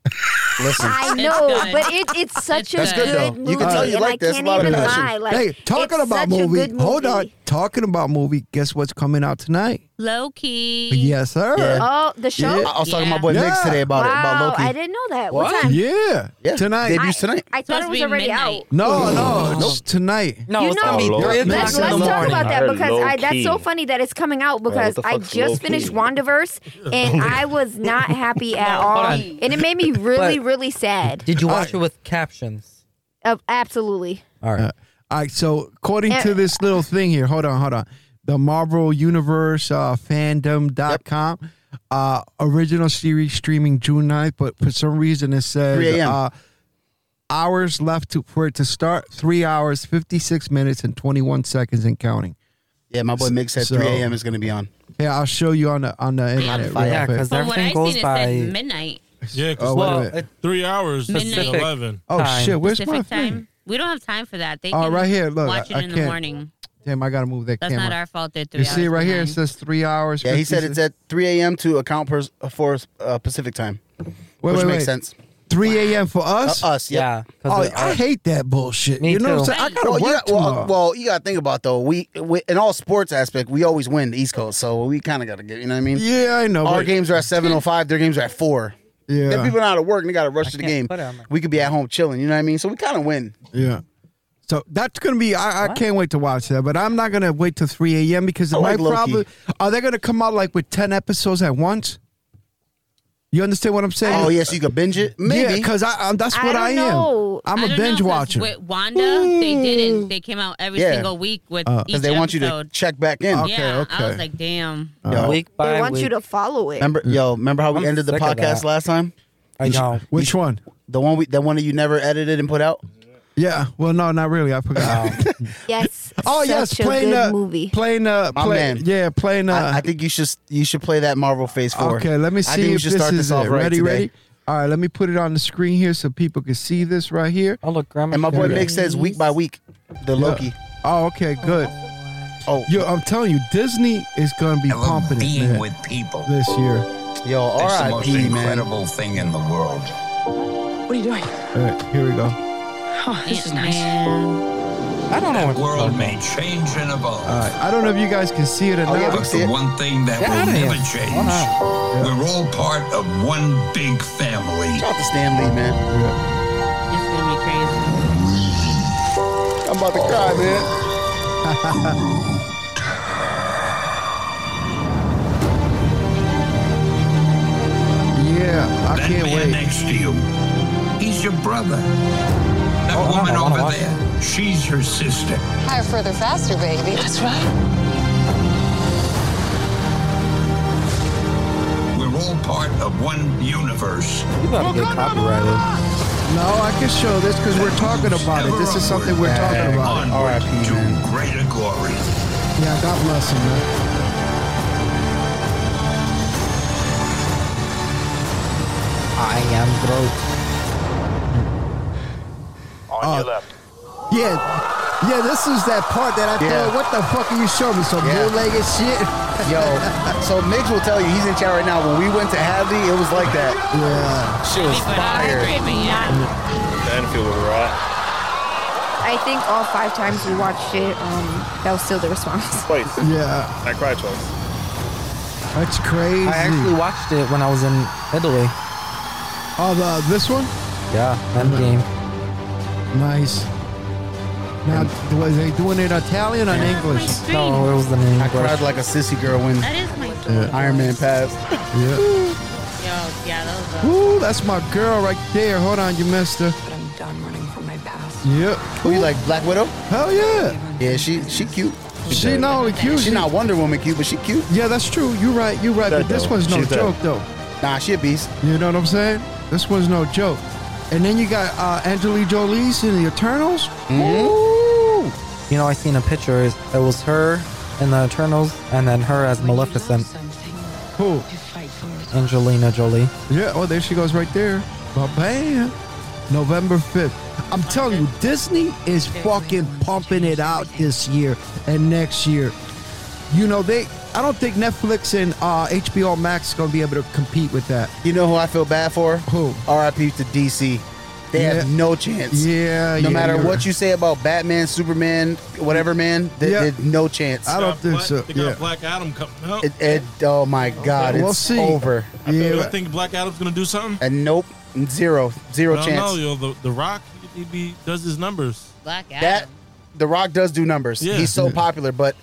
Listen, I know, good. but it, it's such That's a good, though. good movie, You can tell you and like I this. can't A lot of even passion. lie. Like, hey, talking it's about such a movie, good movie. Hold on. Talking about movie. Guess what's coming out tonight? Low key. Yes, sir. Yeah. Oh, the show. I was talking to my Yeah. boy Mix Yeah. today about it, about wow, Loki. I didn't know that. What, What? time? Yeah. Yeah. Tonight. Debuts tonight. I Supposed thought it to was be already midnight. out. no, no. It's tonight. No, You it's know- gonna be Oh, Lord. three o'clock Let's, in the let's talk morning. about that I heard because I, that's low-key. so funny that it's coming out because the I fuck's just low-key? finished WandaVerse and I was not happy at all. on. And it made me really, But- really sad. Did you watch it with captions? Uh, absolutely. All right. All right, so according to Eh. this little thing here, hold on, hold on. The Marvel Universe uh, fandom.com. Uh, original series streaming June 9th, but for some reason it 3 says a.m.. uh, hours left to for it to start. Three hours, 56 minutes, and 21 seconds and counting. Yeah, my boy Mix said So- 3 a.m. is going to be on. Yeah, I'll show you on the on the internet. fire. real Yeah, quick. because From what I everything seen, goes it by. said midnight. Yeah, Oh, wait because a Well, minute. it- three hours to Midnight. 11. Oh time. shit, where's my Pacific thing? time. We don't have time for that. They Oh, can right here, look, watch I- it I in the can't- morning. Damn, I gotta move that That's camera. not our fault. They're three you see it hours right here. It behind. says three hours. Yeah, he 50 said it's at 3 a.m. to account per, for uh, Pacific time, Wait, which wait, makes wait. sense. 3 a.m. for Uh, us. us, yeah. Yeah. 'cause oh, of- I hate that bullshit. Me you know what too. I'm saying? I gotta Well, you, work got, well, tomorrow. well, you got to think about though. We, we in all sports aspect, we always win the East Coast, so we kind of got to get. You know what I mean? yeah, I know. Our but- games are at seven oh five. Their games are at four. Then Yeah, people are out of work and they got to rush to the can't game. put it on my- We could be at home chilling. You know what I mean? So we kind of win. yeah. So that's gonna be. I, I can't wait to watch that, but I'm not gonna wait till 3 a.m. because I my like low-key. problem are they gonna come out like with 10 episodes at once? You understand what I'm saying? Oh yeah, so you could binge it. Maybe. because I, I'm, that's I what don't I, am. know. I'm I a don't know, binge 'cause watcher. With Wanda, they didn't. They came out every Yeah. single week with each Uh, because they want you to episode. check back in. Okay, yeah, I okay. Oh, was like, damn. Yo, week by They want week. you to follow it. remember, yo, remember how we I'm ended the sick of podcast that. last time? I know. Which one? The one we, the one that you never edited and put out. Yeah. Well, no, not really. I forgot. Yes. oh yes, such a playing good the movie. playing the My play, man. yeah playing the. I, I think you should you should play that Marvel Phase Four. Okay, let me see I think if we should this start is this off it. right ready. today. Ready? All right, let me put it on the screen here so people can see this right here. Oh, look, Grandma. And my boy Okay. Mick says week by week, the Loki. Oh, okay, good. Oh, Yo, I'm telling you, Disney is gonna be I love pumping it being man, with people. this year. It's yo, the most R.I.P. man. incredible thing in the world. All right, here we go. This is nice. Man. I don't know. The What world may change and evolve, All right, I don't know if you guys can see it or Oh, yeah, not. but the one thing that Get will outta here. never change, we're all part of one big family. Shout out to Stan Lee, man. It's gonna be crazy. I'm about to cry, man. Yeah, I that can't man wait. next to you, he's your brother. That Oh, I woman wanna- I wanna over watch there, she's your sister. Higher, further, faster, baby. That's right. We're all part of one universe. you about to get copyrighted. No, I can show this because we're talking about it. This is something we're talking about. Onward R.I.P., to man. greater glory. Yeah, God bless him, man. I am broke. On your left. Yeah, yeah, this is that part that I Yeah. thought, what the fuck are you showing me? Some Yeah. bootlegged shit? Yo, so Mick will tell you he's in chat right now. When we went to Hadley, it was like that. Yeah. Shit was But I was fire. screaming, yeah. Danfield where we're at. I think all five times we watched it, um, that was still the response. Twice. Yeah, I cried twice. that's crazy. I actually watched it when I was in Italy. Oh, the, this one? Yeah, end game. Nice. Now, was they doing it Italian or in English? No, it was the name. I cried like a sissy girl when That is my Iron Man passed. Yeah. Yo, yeah, that was. A- Ooh, that's my girl right there. Hold on, you missed her. I'm done running from my past. Yep. Who you like, Black Widow? Hell yeah. Yeah, she she cute. She not only cute. She She not Wonder Woman cute, but she cute. yeah, that's true. You right. You right. But Dead, this though. one's no She's dead. joke Nah, she a beast. though. You know what I'm saying? This one's no joke. And then you got uh, Angelina Jolie's in the Eternals. Ooh. You know, I seen a picture. It it was her in the Eternals, and then her as Maleficent, Cool. Angelina Jolie. Yeah, oh, there she goes right there. Ba bam. November 5th. I'm telling you, Disney is fucking pumping it out this year and next year. You know, they. I don't think Netflix and uh, HBO Max is going to be able to compete with that. You know who I feel bad for? Who? R.I.P. to DC. They Yeah. have no chance. Yeah, yeah, No matter you're what right. you say about Batman, Superman, whatever man, they, Yeah. they- no chance. I don't Got think Black- so, They got yeah. Black Adam coming out. It, it, oh my God, We'll it's see. over. you Yeah, don't think Black Adam's gonna do something? And nope, zero, zero I don't know. chance. Yo, the, the Rock, he, he be, does his numbers. Black Adam. That The Rock does do numbers. Yeah. He's so popular, but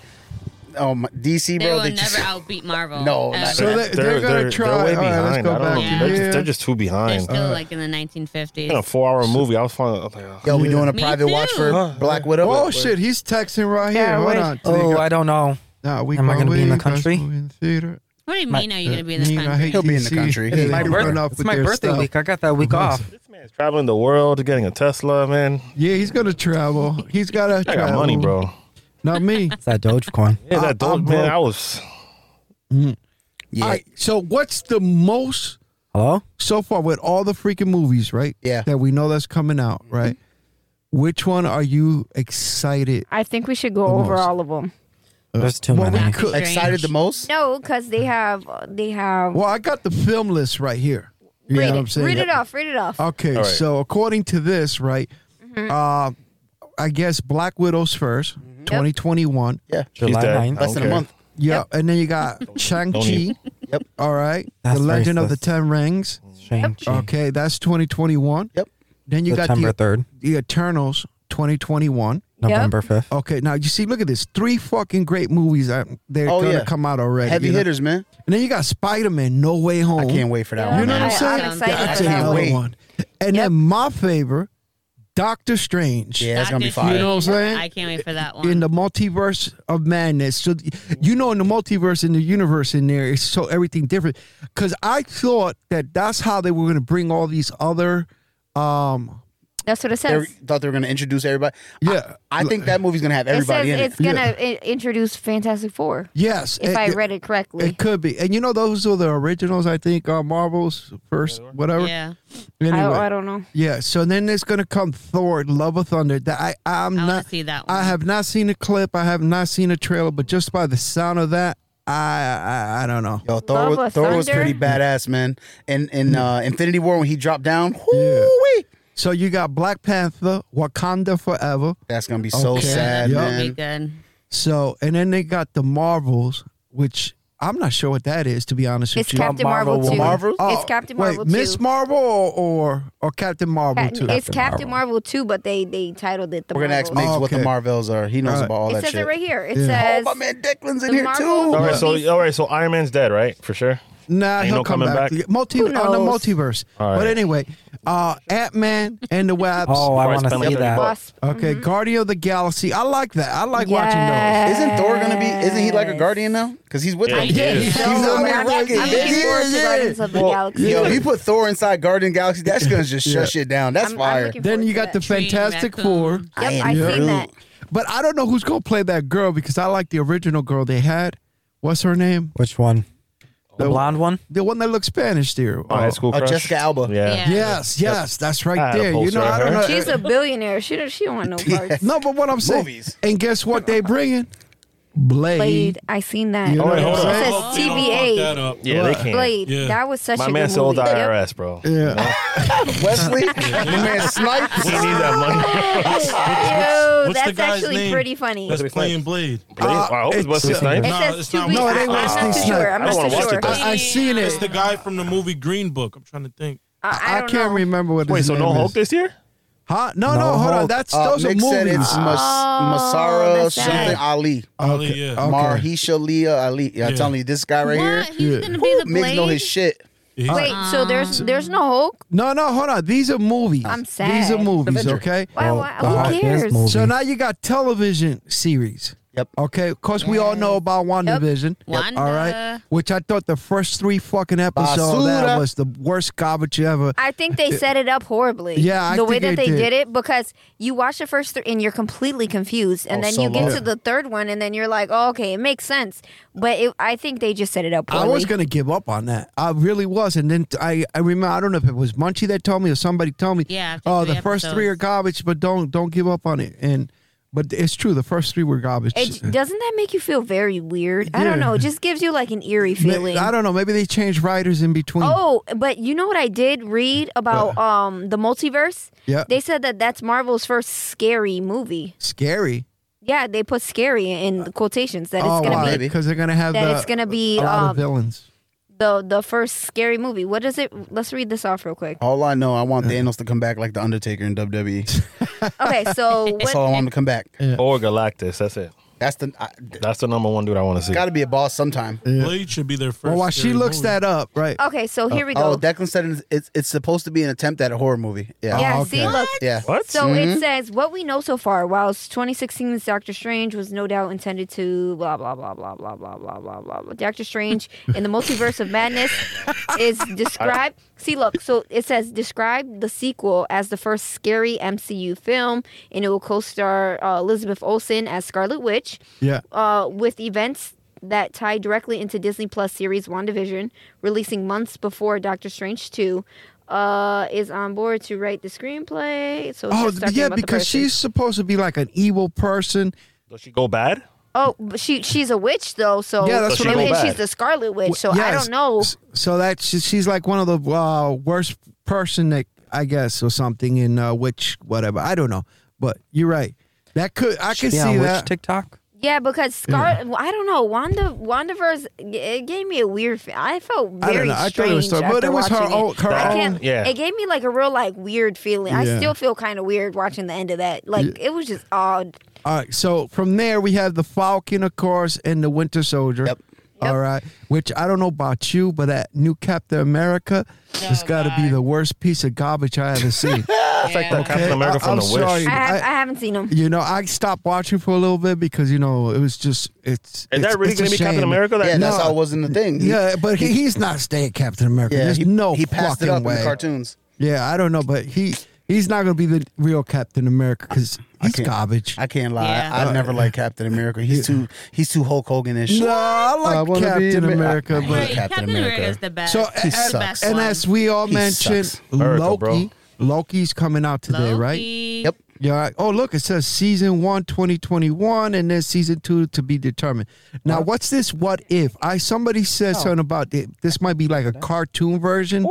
um, DC they bro, will they never just outbeat Marvel. No, ever. not So they- they're gonna try- way all right, let's behind. go I back don't to know. They're, here. just, they're just too they're behind. still like in the 1950s. In a four-hour movie, I was finding. I was like, oh. yo, we doing a Me private watch too. for Black Widow. Oh shit, he's texting right here. Yeah, Hold wait. on. Oh, I don't know. nah, we am I going gonna to be in the country? In theater. What do you My- mean? Are you gonna be in this Nina, I country? hate He'll be in the DC. country. They It's my run birth- up It's with my their birthday stuff. week. I got that week off. This man's traveling the world, getting a Tesla, man. Yeah, he's going to travel. He's got to I travel. got money, bro. Not me. It's that Dogecoin. Yeah, I- that dope, I'm man. broke. I was. Yeah. All right, so what's the most Hello? so far with all the freaking movies, right? Yeah. Mm-hmm. That we know that's coming out, right? Which one are you excited? I think we should go The over most. all of them. There's too Well, we many. could- Excited the most? No, because they have they have. Well, I got the film list right here. You read know what I'm it. saying? Oh. read it off. Read it off. Okay, All right. so according to this, right? Mm-hmm. Uh, I guess Black Widow's 1st Mm-hmm. 2021. Yeah. July dead. 9th. Less than a Okay. month. Yeah, and then you got Shang Chi. even- Yep. Mm-hmm. All right, That's The Legend of the racist. Ten Rings. Shang-Chi. Okay, that's 2021. Yep. Then you September got the, 3rd, the Eternals 2021. November 5th. Okay, now you see, look at this. Three fucking great movies that they're Oh, gonna yeah. come out already. Heavy you know? hitters, man. And then you got Spider Man No Way Home. I can't wait for that Yeah. You one. know man. what I'm I- saying? I'm excited That's for that another one. one. And then my favorite, Doctor Strange. Yeah, it's gonna be Doctor Strange. fire. You know what I'm saying? I can't wait for that one. In the multiverse of madness, so you know, in the multiverse, in the universe, in there, it's so everything different. Because I thought that that's how they were going to bring all these other, um, That's what it Every, says. thought they were gonna introduce everybody. yeah, I think that movie's gonna have It everybody says in it's it. gonna i- introduce Fantastic Four. yes. If it- I it- read it correctly. It could be, and you know those are the originals. I think uh, Marvels first, whatever. yeah. Anyway, I, don't- I don't know. yeah. So then there's gonna come Thor: Love of Thunder. That I, I'm I want not. to see that one. I have not seen a clip. I have not seen a trailer, but just by the sound of that, I I, I don't know. Yo, Thor, Love was, of Thor was Thunder? pretty badass, man. And in uh, Infinity War when he dropped down, whoo-wee. So you got Black Panther, Wakanda Forever. that's gonna be so Okay. sad, Yeah. Be man. good. So and then they got the Marvels, which I'm not sure what that is to be honest It's with you. Captain Marvel, Marvel too. woman. Marvel? It's Captain Oh, wait, Marvel Miss 2. Marvel or, or or Captain Marvel Cat- too. it's Captain Marvel. too, but they they titled it the. We're gonna ask Migs Marvels. Oh, what the okay. Marvels are. He knows Alright. about all It that says shit. it right here. It oh, says my man, Declan's in the here too. Marvel- All right, Movies. so all right, so Iron Man's dead, right? For sure. Nah, Ain't he'll no come coming back. back? Multi- Who on the knows? multiverse. All right. But anyway, uh, Ant Man and the Wasp. Oh, I Before I want to spend see like thirty that. bucks. Wasp. okay, Guardian of the Galaxy. I like that. I like watching Yes. Isn't Thor gonna be? Isn't he like a guardian now? Because he's with Yeah, them. he Yeah, is. he's he's so on that I'm rocket. I'm bitch. looking forward to Guardians of the Well, Galaxy. Yo, if you put Thor inside Guardian Galaxy, that's gonna just shut shit down. That's I'm- I'm fire. looking those. Then forward you to got the that. Dream Fantastic Raccoon. Four. I Yep, am I Groot. seen that. But I don't know who's gonna play that girl because I like the original girl they had. What's her name? Which one? The blonde one? The one that looks Spanish, dear. Oh, high school Oh, crush. Jessica Alba. Yeah. Yeah. Yes, yes, that's I right had a there. You poster know, of I don't her. know. She's a billionaire. She don't, she don't want no parts. Uh, no, but what I'm saying. Movies. And guess what they bringing? Blade. Blade. I seen that. You know All right, what hold I'm saying? Oh, on. says you don't fuck TBA. that up. Yeah, they can't. Blade. Yeah. That was such My a man good sold movie. Yep. IRS, bro. Yeah. Wesley, my man He Snipes. needs that money. What's Yo, the that's guy's actually name? pretty funny. That's Wesley playing Snipes. Blade. Blade? I hope it's Wesley it's, uh, Snipes. It No, says it's two not No, it weeks. ain't I'm Wesley not so Snipes. sure. I'm I not don't so wanna watch sure. it, though. I, I seen It's it. the guy from the movie Green Book. I'm trying to think. I, I I don't can't know. remember what Wait, his so name no is. Hulk this year? Huh? No, no, No hold on. Hulk. That's Uh, those are Mick said movies. it's Mas- Masara Oh, that's something that. Ali. Ali, Okay. yeah. Okay. Marhisha Leah Ali. Yeah, I'm Yeah. telling you, this guy right What? here, He's gonna be the Migs know blade. his shit. He's- Wait, um, so there's there's no Hulk? No, no, hold on. These are movies. I'm These are sad. movies, Avenger. okay? Why, Oh, why, the Hulk who is cares? movie. So now you got television series. Yep. Okay, of course we all know about WandaVision. Wanda. All right, which I thought the first three fucking episodes of that Basura. was the worst garbage ever. I think they set it up horribly. Yeah, I the way think that they they did. did. it because you watch the first three and you're completely confused, and Oh, then so you get long. to the third one and then you're like, oh, okay, it makes sense. But it, I think they just set it up I poorly. was gonna give up on that. I really was, and then I I remember I don't know if it was Munchie that told me or somebody told me. Yeah, after Oh, the three first three are episodes. garbage, but don't don't give up on it. And but it's true, the first three were garbage. It, doesn't that make you feel very weird? I Yeah. don't know. It just gives you like an eerie Ma- feeling. I don't know. Maybe they changed writers in between. Oh, but you know what I did read about um the multiverse? Yeah. They said that that's Marvel's first scary movie. Scary. Yeah, they put scary in the quotations that oh, it's gonna why? be Maybe. Because they're gonna have that the, it's gonna be a lot of um, villains. the the first scary movie. What is it? Let's read this off real quick. All I know, I want Thanos to come back like the Undertaker in WWE. Okay, so That's all I what, want him to come back. Or Galactus. That's it. That's the I, That's the number one dude I want to see. got to be a boss sometime. Blade should be their first. Well, while scary she looks movie. that up, right? okay, so here we Oh, go. Declan said it's, it's it's supposed to be an attempt at a horror movie. Yeah, Oh, yeah, okay. see, look. yeah. What? So it says what we know so far. Whilst 2016's Doctor Strange was no doubt intended to blah blah blah blah blah blah blah blah blah. blah. Doctor Strange in the multiverse of madness is described. See, look. So it says describe the sequel as the first scary MCU film, and it will co-star uh, Elizabeth Olsen as Scarlet Witch. Yeah. uh, with events that tie directly into Disney Plus series WandaVision, releasing months before Doctor Strange 2. uh, is on board to write the screenplay. So Oh, she's talking yeah, about the because person. she's supposed to be like an evil person. Does she go bad? oh, but she she's a witch though. So Yeah, that's So what she and I- go then she's bad. the Scarlet Witch. So I Yes. don't know. S- So that she, she's like one of the uh, worst person that I guess or something in uh, which whatever I don't know, but you're right. That could I could Yeah, see which that. TikTok? Yeah, because Scarlet. I don't know. Wanda Wandaverse. It gave me a weird. fe- I felt I very don't know. I strange. thought it was, after but it was her watching own. Her I That- own. can't. yeah. It gave me like a real like weird feeling. I Yeah. still feel kind of weird watching the end of that. Like it was just odd. All right. So from there, we have the Falcon, of course, and the Winter Soldier. Yep. All right. Which I don't know about you, but that new Captain America Oh, has got to be the worst piece of garbage I ever seen. That's like that Captain America I- I'm from The sorry. Wish. I, have, I, I- haven't seen them. you know, I stopped watching for a little bit because you know it was just it's. Is it's- that really it's a going to be Captain shame. America? That, Yeah, that's No. how it was in the thing. He- yeah, but he, he's not staying Captain America. yeah. There's he, no he passed fucking it up way. in the cartoons. Yeah, I don't know, but he he's not going to be the real Captain America because he's can't- garbage. I can't lie. Yeah. I, I never liked Captain America. He's too he's too Hulk Hogan ish. no, I I like wanna be Captain Amer- America, I- I but Right, Captain Captain America. America is the best. So He and, sucks. and as we all He mentioned, sucks. America, bro. Loki. Loki's coming out today, right? Yep. Yeah. Oh, look, it says season one, 2021, and then season two to be determined. Now, what's this? What if I somebody Oh. said something about it, this might be like a cartoon version?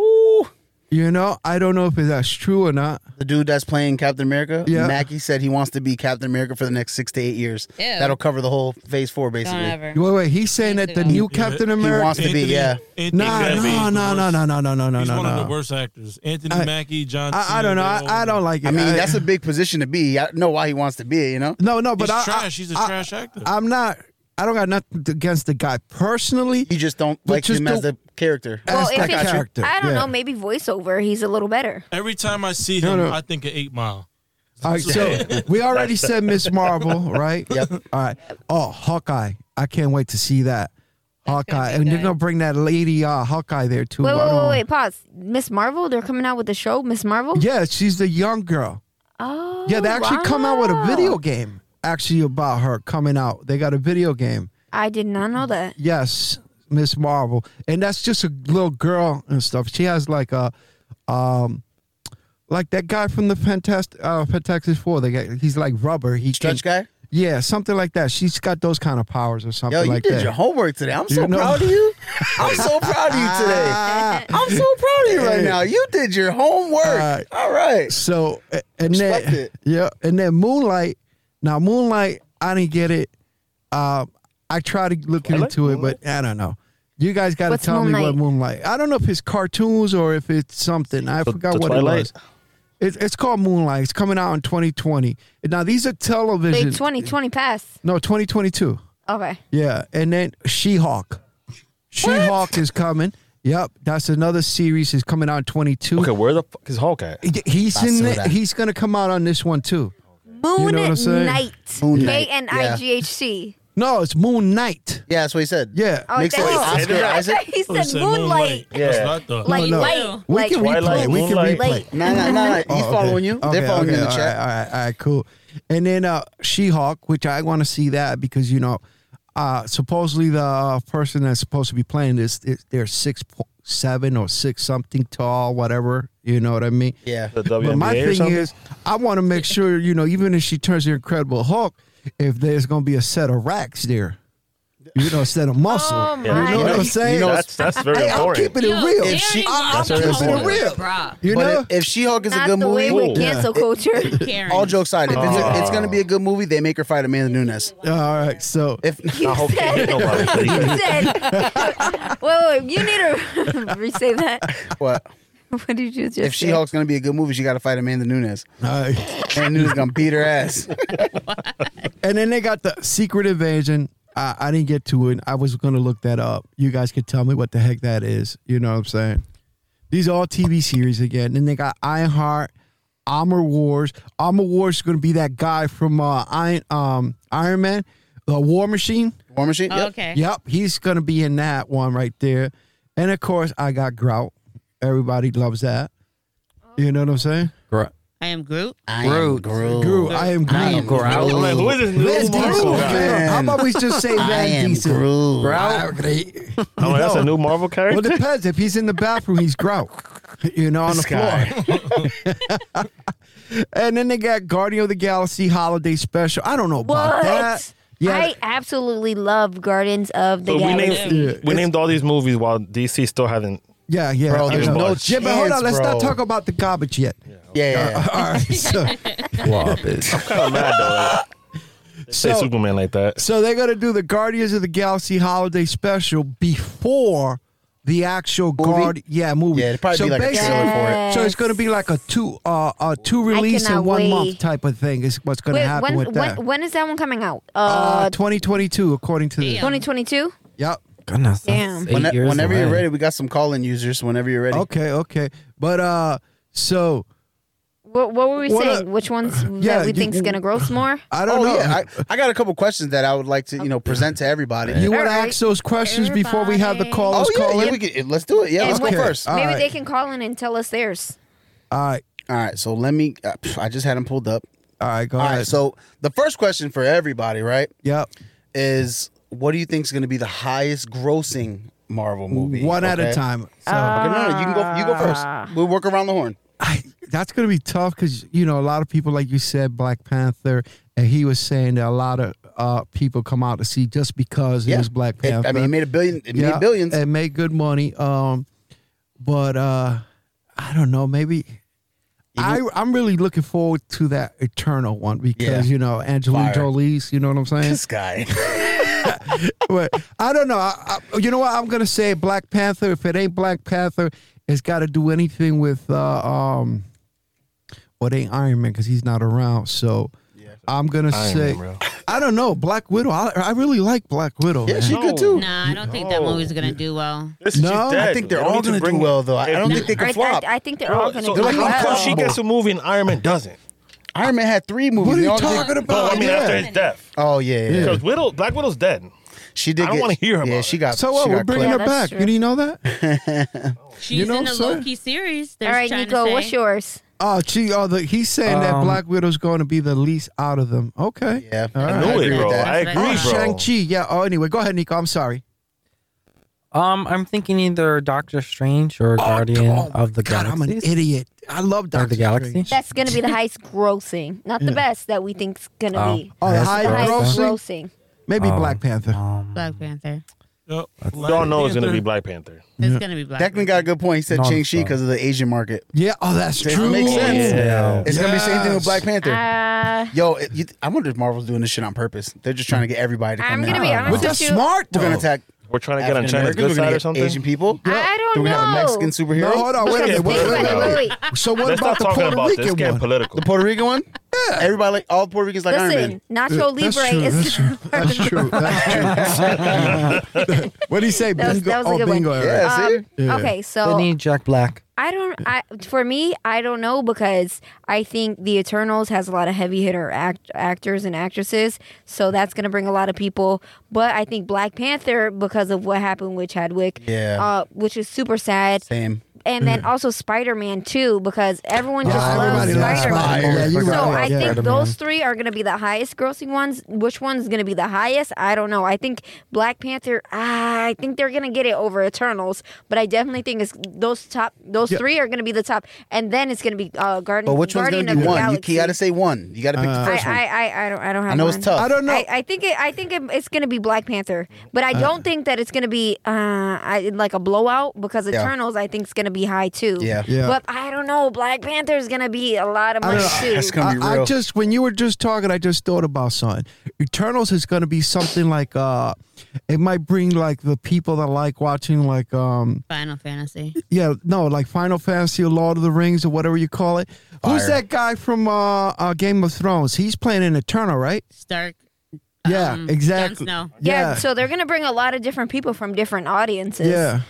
You know, I don't know if that's true or not. The dude that's playing Captain America, Yeah. Mackie said he wants to be Captain America for the next six to eight years. Ew. That'll cover the whole Phase Four, basically. Don't ever. Wait, wait. He's saying that the new Captain He wants America. to be, yeah. Nah, no, no, no, no, no, no, no, no, He's no, one of the no. worst actors. Anthony I- Mackie, John. I, I don't know. I, I don't like it. I mean, that's a big position to be. I know why he wants to be. You know, no, no. But But he's I, trash. He's a I, trash actor. I, am not. I don't got nothing against the guy personally. you just don't But like just him as the don't- character. Well, That's if if the character, I don't yeah. know. Maybe voiceover. He's a little better. Every time I see No, him, no. I think of Eight Mile. All right, so we already said Miss Marvel, right? Yep. All right. Oh, Hawkeye. I can't wait to see that. Hawkeye. And they're going to bring that lady uh, Hawkeye there too. Wait, I wait, don't wait, know. wait. Pause. Miss Marvel. They're coming out with the show. Miss Marvel. Yeah, she's the young girl. Oh. Yeah, they actually come out with a wow. video game actually about her coming out. They got a video game. I did not know that. Yes, Miss Marvel. And that's just a little girl and stuff. She has like a um like that guy from the Fantastic uh Fantastic Four. They got he's like rubber. He Stretch can, guy. Yeah, something like that. She's got those kind of powers or something Yo, you like did that. your homework today. I'm so You know- proud of you. I'm so proud of you today. Ah, I'm so proud of you right Hey. now. You did your homework. Alright. All right. so a- and Respect then it. yeah, and then Moonlight. Now Moonlight, I didn't get it. Um, I tried to look into it, but I don't know. You guys got to What's tell me what Moonlight? Moonlight. I don't know if it's cartoons or if it's something. I The- forgot the what it was. Twilight? It's, it's called Moonlight. It's coming out in 2020. Now these are television. Wait, twenty twenty pass. no, 2022. Okay. Yeah, and then She Hawk. She Hawk is coming. Yep, that's another series is coming out in 22. Okay, where the fuck is Hulk at? He- He's I in. saw The, that. he's gonna come out on this one too. Moon what I'm saying? Knight. Moon Knight, K N I G H C. No, it's Moon Knight. Yeah, that's what he said. Yeah. Oh, Makes that sense. he Oscar said- I Isaac? thought he Who said said Oh, Moonlight. That's Yeah. what I thought. No, Like no. light. We like can light. replay. We can Moonlight. replay. Like- Nah, nah, nah. nah. He's Oh, okay. following you. Okay, They're following you in the okay, chat. All right, all right, all right, cool. And then uh, She-Hulk, which I want to see that because you know, uh, supposedly the uh, person that's supposed to be playing this, is- they're six po- seven or six something tall, whatever. You know what I mean? Yeah. The But WNBA my or thing something? is, I want to make sure you know, even if she turns the Incredible Hulk, if there's gonna be a set of racks there, you know, a set of muscle. Oh you know my what I'm God. saying? You know, that's that's very Hey, I'm boring. keeping it real. If she- she, I- I'm I'm That's keeping it important. real. You but know, if, if She-Hulk is a Not good the way movie, with cancel culture. all jokes aside, if it's, a, it's gonna be a good movie, they make her fight Amanda Nunes. all right. So If I hope can't hit nobody. You please. said, wait, wait, you need to re-say that. what? What did you just If say? She-Hulk's gonna be a good movie, she gotta fight Amanda Nunes. all right. Amanda Nunes gonna beat her ass. and then they got the Secret Invasion. I, I didn't get to it. I was gonna look that up. You guys could tell me what the heck that is. You know what I'm saying? These are all TV series again. Then they got Ironheart, Armor Wars. Armor Wars is gonna be that guy from uh, Iron um, Iron Man, the War Machine. War Machine. Yep. Okay. Yep, he's gonna be in that one right there. And of course, I got Grout. Everybody loves that. You know what I'm saying? I am Groot. I am Groot. Groot. Groot, I am Groot. I am Groot. I'm like, who is this Vin new Marvel Diesel. guy? How about we just say I Van am Diesel? Groot. Grout. Ah, Oh, that's a new Marvel Well, it character. depends. If he's in the bathroom, he's Grout. you know, on the This guy. floor. and then they got Guardian of the Galaxy holiday special. I don't know about What? that. I absolutely love Gardens of the So we Galaxy. named we named all these movies while DC still haven't. Yeah, yeah. Bro, I there's know. no yeah, but hold on. chance, Let's not bro. talk about the garbage yet. Yeah, yeah, yeah. All right. So, I'm kind of mad though. Like, they say So- Superman like that. so they're gonna do the Guardians of the Galaxy holiday special before the actual guard. Yeah, movie. Yeah, it'd probably so be like a basically- trailer for it. Yes. So it's going to be like a two uh, a two release and cannot one wait. month type of thing is what's going to Wait, happen when, with that. when, when is that one coming out? uh, Uh, 2022 according to the Damn. 2022? Yep. Goodness. that's Damn. eight When- years whenever you're away. ready, we got some call-in users. Whenever you're ready, Okay, okay. But uh so What, what were we What saying? a- Which one's Yeah, that we you- think's gonna gross more? I don't know. Oh, yeah, I, I got a couple questions that I would like to you know present to everybody. you want to Alright. ask those questions before we have the Everybody. callers oh yeah, call yeah, in? Oh. we could- let's do it. Yeah, let's Okay. go first. All Maybe right. they can call in and tell us theirs. All right. All right, so let me. Uh, pff, I just had them pulled up. All right, go All ahead. right, so the first question for everybody, right, yep. is what do you think is going to be the highest grossing Marvel movie? One at a okay? time. So Uh, Okay, no, no, you can go. You go Ah. first. We'll work around the horn. I, that's going to be tough cuz you know a lot of people like you said Black Panther and he was saying that a lot of uh, people come out to see just because it was Black It- Panther. I mean, it made a billion. It made billions. and made good money. Um, but uh, I don't know. Maybe I, I'm really looking forward to that Eternal one because Yeah. you know Angelina Fire. Jolie's. You know what I'm saying? this guy. but I don't know. I, I, you know what? I'm gonna say Black Panther. If it ain't Black Panther, it's got to do anything with uh, um. Well, it ain't Iron Man because he's not around. So I'm gonna Iron say. Man, bro. I don't know. Black Widow. I, I really like Black Widow. yeah, man. she No. could too. Nah, I don't think that No. movie's gonna do well. Listen, No, she's dead. I think they're You all need to going to do bring- well though. I If- don't think they I, can flop. I, I think they're Bro, all gonna so do like, "Oh, how come well. she gets a movie and Iron Man doesn't? Iron Man had three movies. What are They you all did- talking No, about? I mean Yeah. after his death. Oh yeah, yeah. yeah. Because Widow, Black Widow's dead. She did. I don't get- wanna hear about Yeah, it. she got. So what? She We're got bringing her Yeah, clipped. back. that's true. You didn't know that? She's know in what the I'm saying? Loki series. All right, Nico, what's yours? Oh, gee. Oh, the, he's saying that Um, Black Widow's going to be the least out of them. Okay. Yeah, All I right. know I agree knew with it, bro. that. I That's agree, what I bro. thought. Shang Chi. Yeah. Oh, anyway, go ahead, Nico. I'm sorry. Um, I'm thinking either Doctor Strange or Guardian of the Oh God, Galaxy. I'm an idiot. I love Doctor the Galaxy? Strange. That's gonna be the highest grossing, not the best that we think's gonna Oh. be. Oh, the That's The high highest grossing. grossing. Maybe Oh. Um, Black Panther. Um, Black Panther. Yep. We all know it's gonna be Black. Black Panther. It's gonna be Black. Declan got a good point. He said No, Chang Chi sorry. because of the Asian market. yeah. Oh, that's It true. makes sense. Yeah. It's gonna be the same thing Yes. with Black Panther. Uh, Yo, it, you, I wonder if Marvel's doing this shit on purpose. They're just trying to get everybody to come I'm in. gonna be But honest that's with you. smart We're though. gonna attack We're trying to get on African Americans. China's good We're side gonna or get something. Asian people. I don't We're gonna have a know. Mexican no, superhero. hold on. Wait a Because minute. Wait, think wait, about it, wait, wait, wait. wait. So what Let's about not the talk Puerto about this. Rican It's getting one? political. The Puerto Rican one. Everybody like all Puerto Ricans like Iron Man. Listen, Nacho That's Libre true, is. That's true. That's true. what do you say? That was- bingo. that was a oh, good one. bingo. Yeah, error. see? Um, Yeah. Okay, they so need Jack Black. I don't. I for me, I don't know because I think the Eternals has a lot of heavy hitter act, actors and actresses, so that's gonna bring a lot of people. But I think Black Panther because of what happened with Chadwick, Yeah. uh, which is super sad, Same. and then also Spider Man too because everyone Oh, just Yeah, loves Mm-hmm. everybody loves Spider Man. Spider-Man. Yeah, you're Oh, So right. I Yeah. think Spider-Man. those three are gonna be the highest grossing ones. Which one's gonna be the highest? I don't know. I think Black Panther. ah, I think they're gonna get it over Eternals, but I definitely think it's those top. Those Yeah. three are gonna be the top, and then it's gonna be uh, Guardian. But which one's Guardian gonna be of the one? You, Galaxy. gotta say one. You gotta pick Uh, the first one. I, I, I, I don't. I don't have. I know it's one. tough. I don't know. I, I think it, I think it, it's going to be Black Panther, but Uh, I don't think that it's going to be uh, I, like a blowout because Yeah. Eternals I think is going to be high too. Yeah. Yeah. But I don't know. Black Panther is going to be a lot of I money don't too. That's gonna be I, I real. just when you were just talking, I just thought about something. Eternals is gonna be something like uh it might bring like the people that like watching like um Final Fantasy. yeah, no, like Final Fantasy or Lord of the Rings or whatever you call it. Who's Fire. that guy from uh, uh Game of Thrones? He's playing an Eternal, right? Stark. yeah, um, exactly. Jon Snow. yeah. So they're going to bring a lot of different people from different audiences. yeah.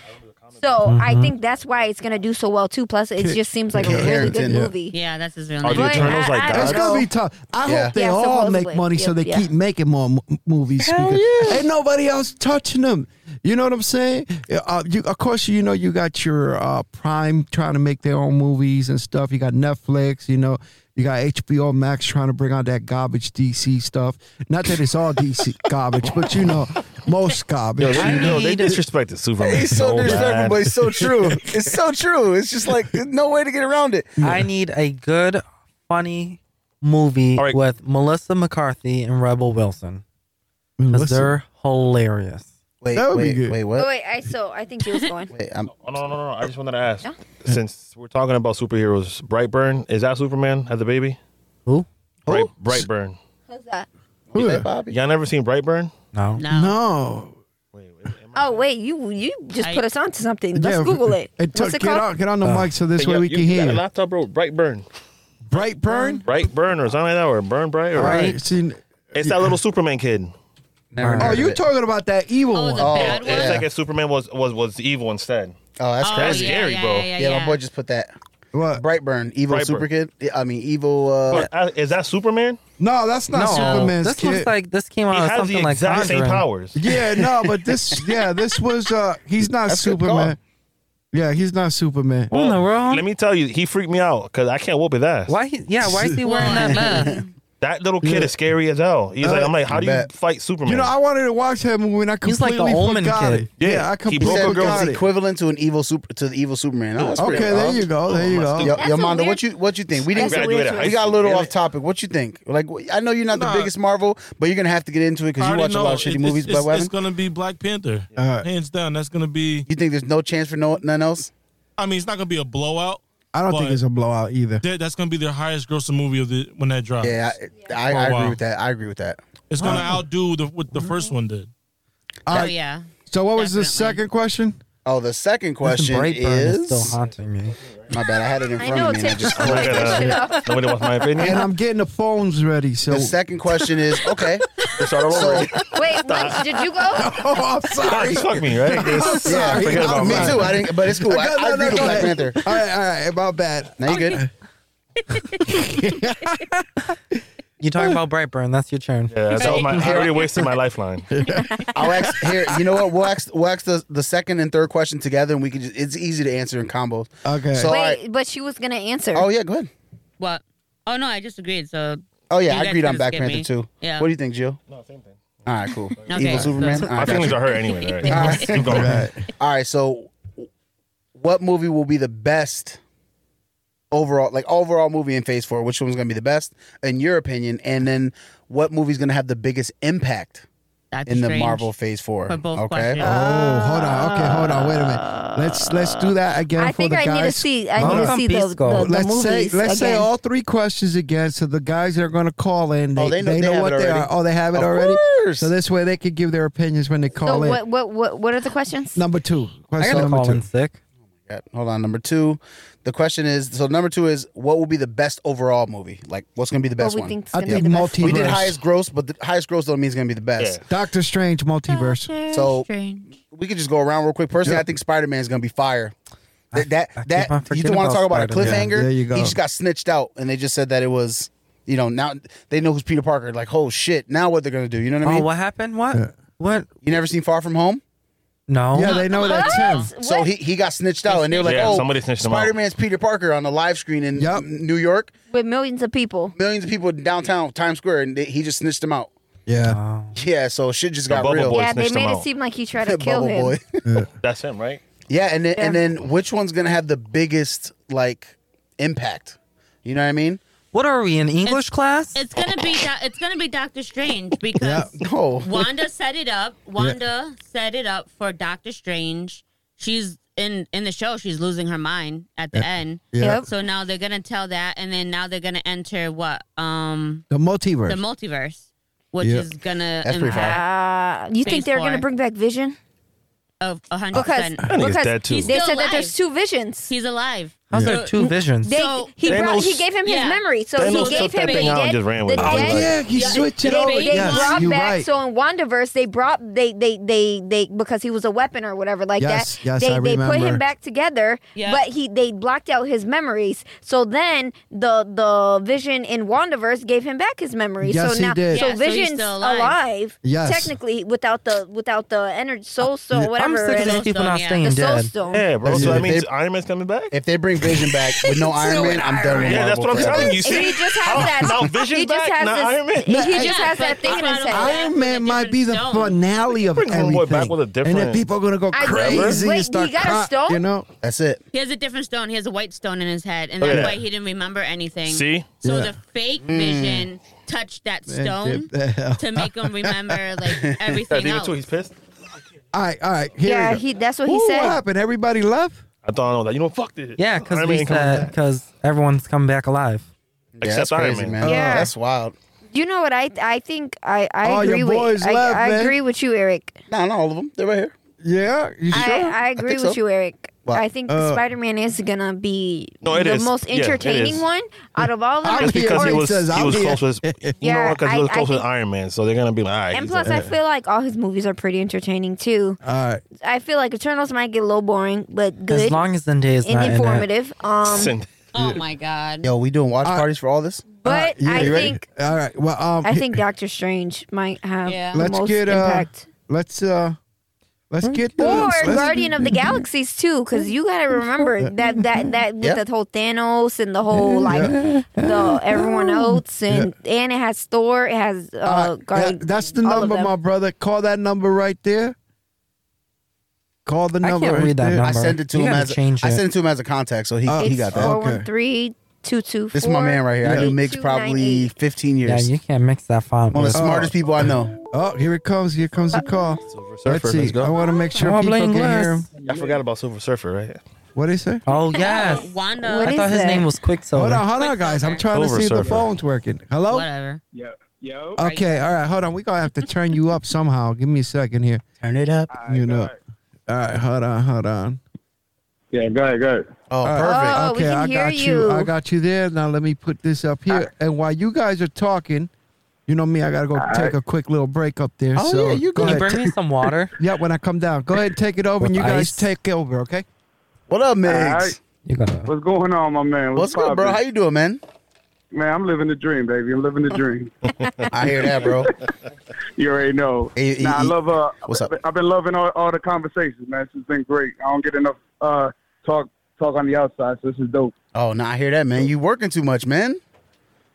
So I Mm-hmm. think that's why it's going to do so well too. Plus, it just seems like a really good Carrington, yeah. movie. Yeah, that's his real Are name. Oh, the But Eternals I- like I- that? It's don't gonna know. be tough. I Yeah. hope they Yeah, all make supposedly. money so they Yep, yeah. keep making more m- movies. because Ain't nobody else touching them. You know what I'm saying? Uh, you, of course, you know you got your uh, Prime trying to make their own movies and stuff. You got Netflix. You know, You got HBO Max trying to bring out that garbage DC stuff. Not that it's all DC garbage, but you know, most Yo, garbage. they, yo, they disrespected Superman. It's so, disrespectful, bad. Oh, but it's so true. It's so true. It's just like there's no way to get around it. I need a good, funny movie All right. with Melissa McCarthy and Rebel Wilson. Because Listen. they're hilarious. Wait, That would be wait, good. wait, Oh, what? wait, I so I think he was going. Wait, I'm, Oh, no, no, no, no. I just wanted to ask. No? Since we're talking about superheroes, Brightburn, is that Superman as a baby? Who? Bright, Brightburn. Who's that? Who hey, that? Bobby. Y'all never seen Brightburn? No. No. No. Wait, wait, am I- Oh wait, you you just I- put us onto something. Let's Yeah, Google it. Hey, t- What's it get, called? on, get on the mic so this Uh, Yo, way we you- can you got hear. a you. laptop, bro. Brightburn. Brightburn? Brightburn or something like that, or Burn Bright. Or All right. Right. See, It's that little Superman kid. Never oh, heard of you it. talking about that evil Oh, one? the bad one. yeah. It's like if Superman was, was, was evil instead. Oh, that's Oh, crazy. That's yeah, scary, yeah, bro. Yeah, yeah, Yeah, yeah. my boy just put that. What? Brightburn, evil Brightburn. super kid. Yeah, I mean, evil. Uh, But, uh, is that Superman? No, that's not Superman's this kid. looks like this came out he of has Uh, something the like exact same Conjuring. powers. yeah, no, but this, yeah, this was, uh he's not That's a good Superman. Yeah, he's not Superman. What in the world? Let me tell you, he freaked me out because I can't whoop his ass. Why? He, yeah, why is he wearing that mask? That little kid Yeah. is scary as hell. He's like, I'm like, how do you bet. fight Superman? You know, I wanted to watch that movie and I He's like completely the Omen forgot kid. it. Yeah, I he completely broke said a girl's forgot it's it. equivalent to an evil super to the evil Superman. Oh, that's Okay, pretty there wild. you go. There you my go. Yo, That's a Yolanda, weird- what you what you think? We I didn't That's a weird graduated high choice. We got a little school, off topic. What you think? Like, wh- I know you're not the Nah. biggest Marvel, but you're gonna have to get into it I because you already watch a know lot of shitty it- movies. It's, But it's, it's Weapon, gonna be Black Panther, Uh, hands down. That's gonna be. you think there's no chance for no none else? I mean, it's not gonna be a blowout. I don't think But- it's a blowout either. That- That's gonna be their highest grossing movie of the when that drops. Yeah, I, I, I Oh, agree wow. with that. I agree with that. it's gonna outdo the, what the first one did. All Oh right. yeah. So what was the Definitely. second question? Oh, the second This question Brightburn is still haunting me. my bad. I had it in I front know, of me. And I Tim. just, I'm like, uh, nobody wants my And opinion. I'm getting the phones ready. So the second question is okay. Start all over. Wait, Munch, did you go? oh, I'm He sorry. fucked me, right? yeah, forget about me mine. too. I didn't, but it's cool. I, No, no, I agree no, with go Black ahead. Panther. All right, all right, my bad. Now you good? You talking about Brightburn? That's your turn. Yeah, that was my, I already wasted my lifeline. I'll ask here. You know what? We'll ask, we'll ask the, the second and third question together, and we can. Just, it's easy to answer in combos. Okay. So I, Wait, but she was gonna answer. oh yeah, go ahead. What? Oh no, I just agreed. So Oh yeah, You I guys agreed can on Black skip Panther me. too. Yeah. What do you think, Jill? No, same thing. All right, cool. Okay, Evil so- Superman. All My right, got feelings you. are hurt anyway. All All right, right. keep going. All right, so what movie will be the best overall, like overall movie in Phase Four? Which one's going to be the best in your opinion? And then what movie's going to have the biggest impact that's in the strange. Marvel Phase Four? For both okay. questions. Uh, Oh, hold on. Okay, hold on. Wait a minute. Let's let's do that again I for think the I guys. need to see. I need to Welcome, see the, the, Pisco. the let's say movies let's say again. all three questions again, so the guys that are going to call in, they, Oh, they they know, know- they have what it they are. already. Oh, they have it Of already. course. So this way, they could give their opinions when they So call in. what, what what what are the questions? Number two. I Question gotta number call two. in sick. Yeah, Hold on. Number two, the question is so number two is what will be the best overall movie? Like what's going to be the What best we one? think's I gonna think be the best? multi- we did Multiverse. highest gross, but the highest gross don't mean it's going to be the best. Yeah. Doctor Strange multiverse. Oh, So- strange. we could just go around real quick. Personally, Yeah. I think Spider Man is gonna be fire. That I that, that keep on you forgetting don't want to about talk about a Spider-Man. cliffhanger. Yeah, there you go. He just got snitched out, and they just said that it was, you know, now they know who's Peter Parker. Like, oh shit, now what they're gonna do? You know what I mean? oh, what happened? What? Yeah. What? You never seen Far From Home? No. Yeah, they know that's him. So he, he got snitched out, and they were like, Yeah, oh, somebody snitched him out. Spider Man's Peter Parker on the live screen in Yep. New York, with millions of people. millions of people in downtown Times Square, and they, he just snitched him out. Yeah. Oh. Yeah, so shit just The got Bubble real. Boy yeah, they snitched him made it out. seem like he tried to kill Bubble him. Boy. That's him, right? Yeah, and then, and Yeah. then which one's gonna have the biggest like impact? You know what I mean? What are we in English class? It's gonna be Do- it's gonna be Doctor Strange because Oh, Wanda set it up. Wanda set it up for Doctor Strange. She's in in the show. She's losing her mind at the end. Yeah. Yep. So now they're gonna tell that, and then now they're gonna enter what um The multiverse. the multiverse, which Yeah. is gonna That's pretty impact Ah, you think Phase they're going to four. bring back Vision? of a hundred Because, percent. nigga's because dead, too. they He's said still that alive. there's two visions. He's alive. How's there two visions? They, So- he, brought, Thanos- he gave him his Yeah. memory, so Thanos he gave took that him the thing out and dead- just ran the with it. oh dead- yeah, he Yeah. switched it They- over. They brought Yes, you're back right. so in Wandaverse they brought they they they they because he was a weapon or whatever like Yes, that. yes, they I they put remember. him back together, Yeah. but he they blocked out his memories. So then the the Vision in Wandaverse gave him back his memories. Yes, so he now did. so Yeah, so he's Vision's still alive. alive. Yes. technically without the without the energy soul stone yeah. whatever. I'm sick of it these is. people not yeah. staying the soul dead. stone. Yeah, bro. So Yeah. that means They- Iron Man's coming back? If they bring Vision back with no Iron Man, I'm done with Yeah, that's Marvel. what I'm forever. telling you. See, He just Oh, has that. now he Vision's just back, has now this, Iron Man. He No, just yeah, but has that thing in that's his what head. Iron Iron Man Man might be the different stone. finale of Bring everything. Homeboy back with a and then different- people are gonna go I- crazy Wait, and he start got a cry- stone? You know, That's it. He has a different stone. He has a white stone in his head, and Look that's at why that. he didn't remember anything. See? So Yeah. the fake Vision touched that stone dip the hell. to make him remember like That everything demon else. too. He's pissed. all right, all right. Here Yeah, we go. he. That's what he Ooh, What said. happened? Everybody left. I thought I know that. You know, fuck this. Yeah, uh, because Iron Man we coming said back. because everyone's coming back alive. Yeah, Except that's Iron crazy, Man. man. Yeah. That's wild. You know what? I I think I I Oh, your agree with boys I, left, I man. agree with you, Eric. No, not all of them. They're right here. Yeah, you sure? I, I agree think with so. you, Eric. What? I think Uh, Spider Man is gonna be No, it the is. most Yeah, it entertaining is. one out of all of them. I'm Just here. because he He was says, he I'm was here. close with you know Yeah, what? Because he I- was I close with think- Iron Man, so they're gonna be like, all right. and he's plus, like, I feel like all his movies are pretty entertaining too. All right. I feel like Eternals might get a little boring, but good As long as Zendaya is not and in it. informative. Um, Sin- oh my god! Yo, we doing watch parties for all this? but Yeah, I Uh, you ready? think All right. Well, um, I think Doctor Strange might have Yeah. the let's most get uh, impact. let's uh, let's get the Or let's- Guardian of the Galaxies too, because you gotta remember that that that with Yeah. the whole Thanos and the whole like the everyone else and and it has Thor, it has uh, All right, Guardian. that- that's the all of number, them. my brother. Call that number right there. Call the I number. can't right read that there. number. I sent it to You him gotta as change I it. sent it to him as a contact, so he Uh, he got It's that. four okay. one three two two four. This is my man right here. I knew Migs probably 15 Yeah, years. you can't mix that font. One of With, the smartest people I know. Oh, here it comes. Here comes the call. Silver Surfer, Let's let's, see. I go. want to make sure Come on, people can Blaine hear him. Glass. I forgot about Silver Surfer, right? What did he say? oh yes, Wanda. What I is thought his that? name was Hold on, Quicksilver. hold on, guys. I'm trying to Silver see if the Surfer. phone's working. Hello. Whatever. Okay. All right. Hold on. We gonna have to turn you up somehow. Give me a second here. Turn it up. You know. All right. Hold on. Hold on. Yeah, go ahead, go ahead. Oh, All perfect. right. Oh, we okay, can I hear got you. you. I got you there. Now let me put this up here. Uh, And while you guys are talking, you know me, I gotta go take a quick little break up there. Oh, so yeah, you go Can you ahead. bring me some water? yeah, when I come down, go ahead and take it over, and With you guys ice? take over. Okay. What up, Migs? All right. You gotta. What's going on, my man? What's good, bro? poppin'? How you doing, man? man, I'm living the dream, baby. I'm living the dream. I hear that, bro. you already know. Eh, eh, nah, I eh. love. Uh, What's up? I've been loving all, all the conversations, man. This has been great. I don't get enough uh, talk talk on the outside, so this is dope. Oh, no, I hear that, man. You working too much, man.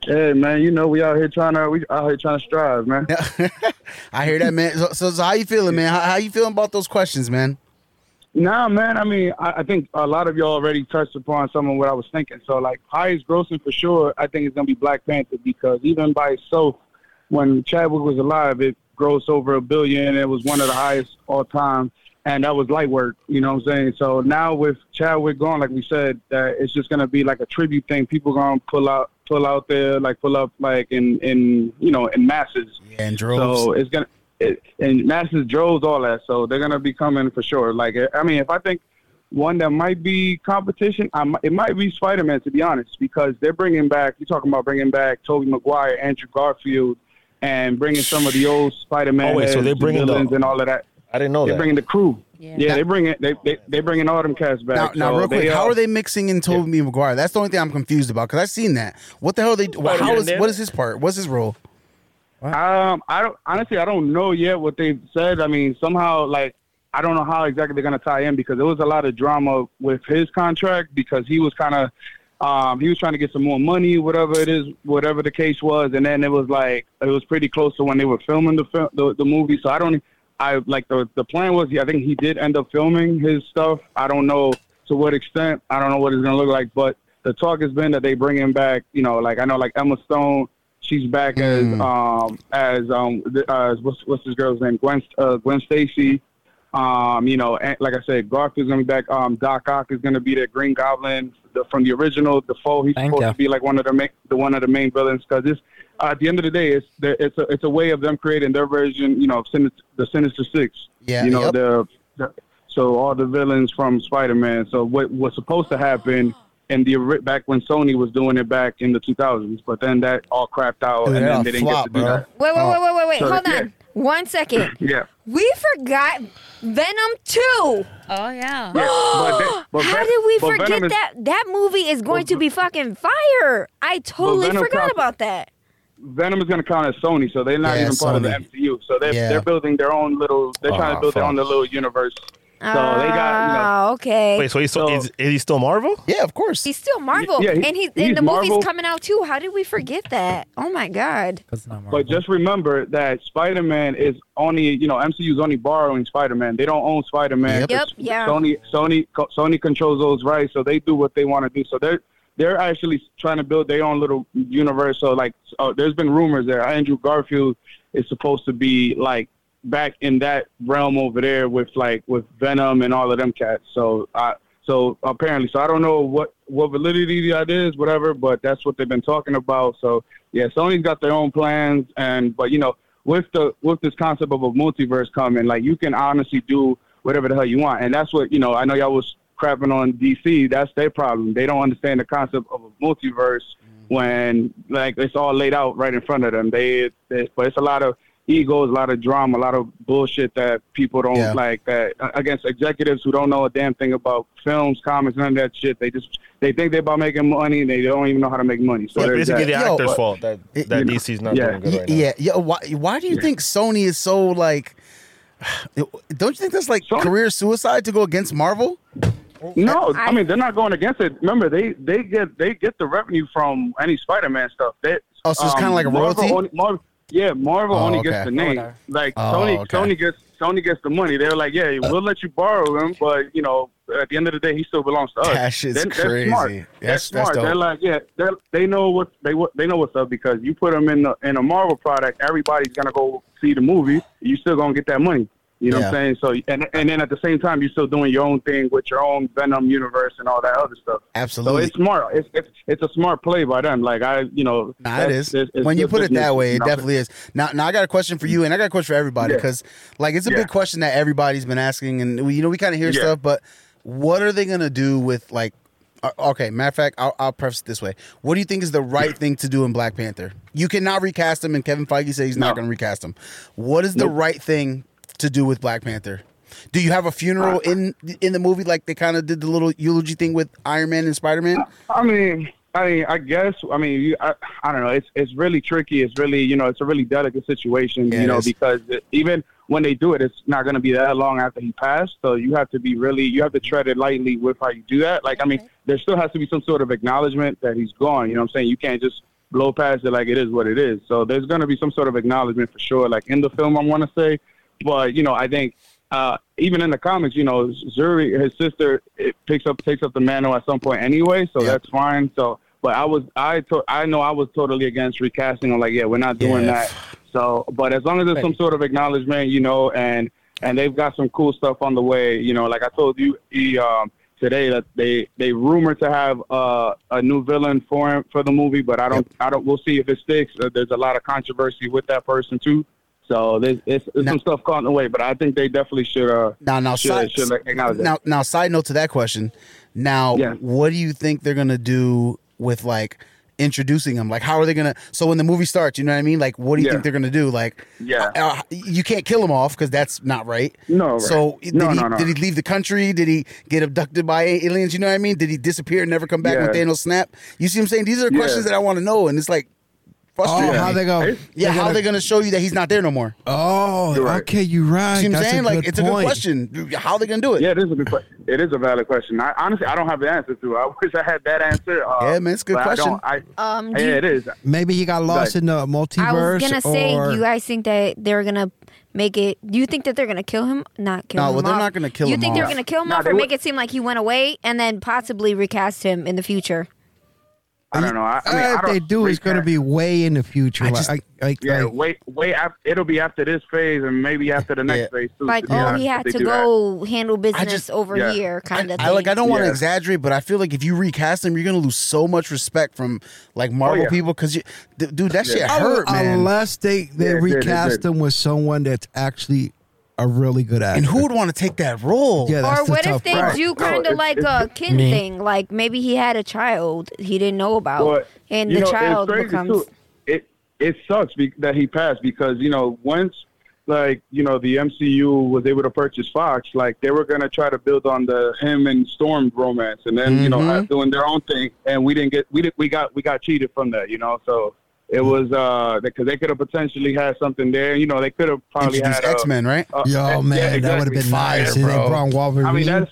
Hey, man, you know we out here trying to we out here trying to strive, man. I hear that, man. So, so, so how you feeling, man? How, how you feeling about those questions, man? Nah, man. I mean, I, I think a lot of y'all already touched upon some of what I was thinking. So, like, highest grossing for sure, I think it's gonna be Black Panther because even by itself, when Chadwick was alive, it grossed over a billion. It was one of the highest all time, and that was light work. You know what I'm saying? So now with Chadwick gone, like we said, that it's just gonna be like a tribute thing. People gonna pull out, pull out there, like pull up, like in in you know in masses. Yeah, and droves. So it's gonna it, and masses droves all that. So they're gonna be coming for sure. Like I mean, if I think one that might be competition, I mi- it might be Spider Man to be honest, because they're bringing back. You're talking about bringing back Tobey Maguire, Andrew Garfield, and bringing some of the old Spider Man. Oh, wait, so they're bringing the- villains and all of that. I didn't know They're that. bringing the crew. Yeah. Yeah, they bring it. They they they bringing all them cats now, back. now So real quick, how all- are they mixing in Tobey Maguire? That's the only thing I'm confused about because I've seen that. What the hell are they? Oh, Spider-Man How is did. what is his part? What's his role? Um, I don't honestly. I don't know yet what they've said. I mean, somehow, like, I don't know how exactly they're gonna tie in because there was a lot of drama with his contract because he was kind of, um, he was trying to get some more money, whatever it is, whatever the case was, and then it was like it was pretty close to when they were filming the film, the, the movie. So I don't, I like the the plan was. Yeah, I think he did end up filming his stuff. I don't know to what extent. I don't know what it's gonna look like, but the talk has been that they bring him back. You know, like I know, like Emma Stone, she's back Mm. as um as um th- uh, what's what's this girl's name? Gwen uh, Gwen Stacy. Um, you know, and, like I said, Garfield's gonna be back. Um, Doc Ock is gonna be the Green Goblin the, from the original. The foe he's Thank supposed ya. to be like one of the main the one of the main villains because it's uh, at the end of the day it's the, it's a it's a way of them creating their version. You know, of Sin- the Sinister Six. Yeah, you know yep. the, the so all the villains from Spider-Man. So what was supposed to happen in the ori- back when Sony was doing it back in the 2000s, but then that all crapped out, and Yeah, then they didn't flop, get to do bro. that. Wait, wait, wait, wait, wait, wait. so, Hold on. yeah. One second. Yeah. We forgot Venom 2. Oh yeah. Yeah, but they- but How Ven- did we but forget Venom is- that? That movie is going to be fucking fire. I totally Venom forgot copy- about that. Venom is going to count as Sony, so they're not Yeah, even part of the Sony. MCU. So they're Yeah. Oh, they're building their own little. They're trying Ah, to build their fuck. own little universe. they got, you know- Ah, okay. Wait, so he's still, is, is he still Marvel? Yeah, of course. He's still Marvel, Yeah, he- and he's, he's and the Marvel. movie's coming out too. How did we forget that? Oh my god! But just remember that Spider Man is only you know MCU's only borrowing Spider Man. They don't own Spider Man. Yep. Yep, yeah. Sony Sony co- Sony controls those rights, so they do what they want to do. So they're they're actually trying to build their own little universe. So like, uh, there's been rumors there. Andrew Garfield is supposed to be like back in that realm over there with like with Venom and all of them cats. So I so apparently, so I don't know what what validity that is, whatever. But that's what they've been talking about. So yeah, Sony's got their own plans, and but you know with the with this concept of a multiverse coming, like you can honestly do whatever the hell you want, and that's what you know. I know y'all was crapping on DC. That's their problem. They don't understand the concept of a multiverse when like it's all laid out right in front of them. They, they but it's a lot of egos, a lot of drama, a lot of bullshit that people don't Yeah. like. That against executives who don't know a damn thing about films, comics, none of that shit. They just they think they're about making money and they don't even know how to make money. So Yeah, there's basically that. the actor's fault that, It- that you know, DC's not yeah. doing good right now. yeah, yeah. Why? Why do you think Sony is so like? Don't you think that's like career suicide to go against Marvel? No, I, mean they're not going against it. Remember, they they get they get the revenue from any Spider-Man stuff. They, um, Oh, so it's kinda like a Marvel royalty? Only, Marvel, yeah, Marvel Oh, only okay. gets the name. Oh, Like Oh, Sony, okay. Uh, Sony gets Sony gets the money. They're like, yeah, we'll let you borrow him, but you know, at the end of the day, he still belongs to us. That shit's Oh, They're- They're smart. crazy. They're That's- that's smart. they're dope. like, yeah, they they know what they what they know what's up because you put them in the, in a Marvel product, everybody's gonna go see the movie. You still gonna get that money. You know what Yeah. I'm saying? So and and then at the same time, you're still doing your own thing with your own Venom universe and all that other stuff. Absolutely. So it's smart. It's it's, it's a smart play by them. Like I, you know, Nah, it that's- is. it's- it's when you good put it business, that way, you it know? definitely is. Now, now I got a question for you, and I got a question for everybody Yeah. because, like, it's a Yeah. big question that everybody's been asking, and we, you know, we kind of hear Yeah. stuff, but what are they gonna do with like? uh, Okay, matter of fact, I'll, I'll preface it this way: What do you think is the right thing to do in Black Panther? You cannot recast him, and Kevin Feige said he's not going to recast him. What is the Nope. right thing to do with Black Panther? Do you have a funeral Uh, in in the movie like they kind of did the little eulogy thing with Iron Man and Spider Man? I mean, I mean, I guess. I mean, you, I, I don't know. It's it's really tricky. It's really you know, it's a really delicate situation. Yeah, it you know, is. because it, even when they do it, it's not going to be that long after he passed. So you have to be really, you have to tread it lightly with how you do that. Like, I mean, there still has to be some sort of acknowledgement that he's gone. You know what I'm saying? You can't just blow past it like it is what it is. So there's going to be some sort of acknowledgement for sure. Like in the film, I want to say, but you know, I think uh, even in the comics, you know, Zuri, his sister, it picks up takes up the mantle at some point anyway, so that's fine. So, but I was I to, I know I was totally against recasting. I'm like, yeah, we're not doing Yeah. that. So, but as long as there's some sort of acknowledgement, you know, and and they've got some cool stuff on the way, you know, like I told you he, um, today that they they rumored to have uh, a new villain for him, for the movie, but I don't I don't we'll see if it sticks. Uh, there's a lot of controversy with that person too. So there's, it's, there's some stuff caught in the way, but I think they definitely should. Uh, Now, now, should, side, should acknowledge that. now, now, side note to that question. Now, Yeah. what do you think they're gonna do with like introducing him? Like, how are they gonna? So when the movie starts, you know what I mean? Like, what do you Yeah. think they're gonna do? Like, Yeah. uh, you can't kill him off because that's not right. No, right. So did, No, he, no, no. did he leave the country? Did he get abducted by aliens? You know what I mean? Did he disappear and never come back Yeah. with Thanos snap? You see what I'm saying? These are Yeah. questions that I want to know, and it's like. Oh, frustrating. how they go? Yeah, They're how gonna- they gonna show you that he's not there no more? Oh, You're right. okay, you're right. See what I'm That's saying? a Like, good it's a point. good question. How are they gonna do it? Yeah, it is a good question. It is a valid question. I, honestly, I don't have the answer to. it. I wish I had that answer. Uh, Yeah, man, it's a good but I question. don't- I Um, do yeah, you- it is. Maybe he got lost Like- in the multiverse. I was gonna say, or- you guys think that they're gonna make it? Do you think that they're gonna kill him? Not kill No, him. well, they're off. not gonna kill You him think they're off. gonna kill him No, off they or make it would- seem like he went away and then possibly recast him in the future? I don't know. I, I mean, Uh, I if don't, they do, it's going to be way in the future. I like, just- like, like, Yeah, like- wait, wait. af- It'll be after this phase, and maybe after the next Yeah. phase too. Like, to be oh, honest, he if had they to do that. go handle business just- over Yeah. here, kind of. I like. I don't want to Yeah. exaggerate, but I feel like if you recast him, you're gonna lose so much respect from like Marvel Oh, yeah. people because you, d- dude, that shit Un- hurt, man. Unless they, they Yeah, it did, it recast did. them with someone that's actually a really good actor. and who would want to take that role? Yeah, that's Or the what tough if they part. do kind of it's- like it's- a kin Me. thing? Like maybe he had a child he didn't know about, But, and you the know, child it's crazy becomes. Too. It it sucks be- that he passed because you know once like you know the MCU was able to purchase Fox, like they were gonna try to build on the him and Storm romance, and then you know Mhm. us doing their own thing, and we didn't get we did, we got we got cheated from that, you know. So It was uh because they could have potentially had something there. You know, they could have probably Introduced had a- X-Men, right? a- Yo, Uh, yeah, Oh, man, that would have exactly. been nice. And they brought Wolverine. I mean, that's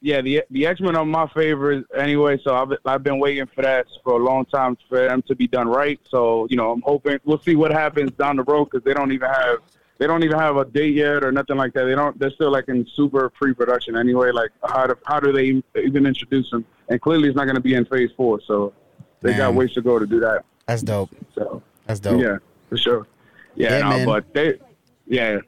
yeah. The the X Men are my favorite anyway, so I've I've been waiting for that for a long time for them to be done right. So you know, I'm hoping we'll see what happens down the road because they don't even have they don't even have a date yet or nothing like that. They don't. They're still like in super pre production anyway. Like how do how do they even introduce them? And clearly, it's not going to be in Phase Four, so they got Damn. ways to go to do that. That's dope. So That's dope. yeah, for sure. Yeah, Yeah, no, man. but they, yeah,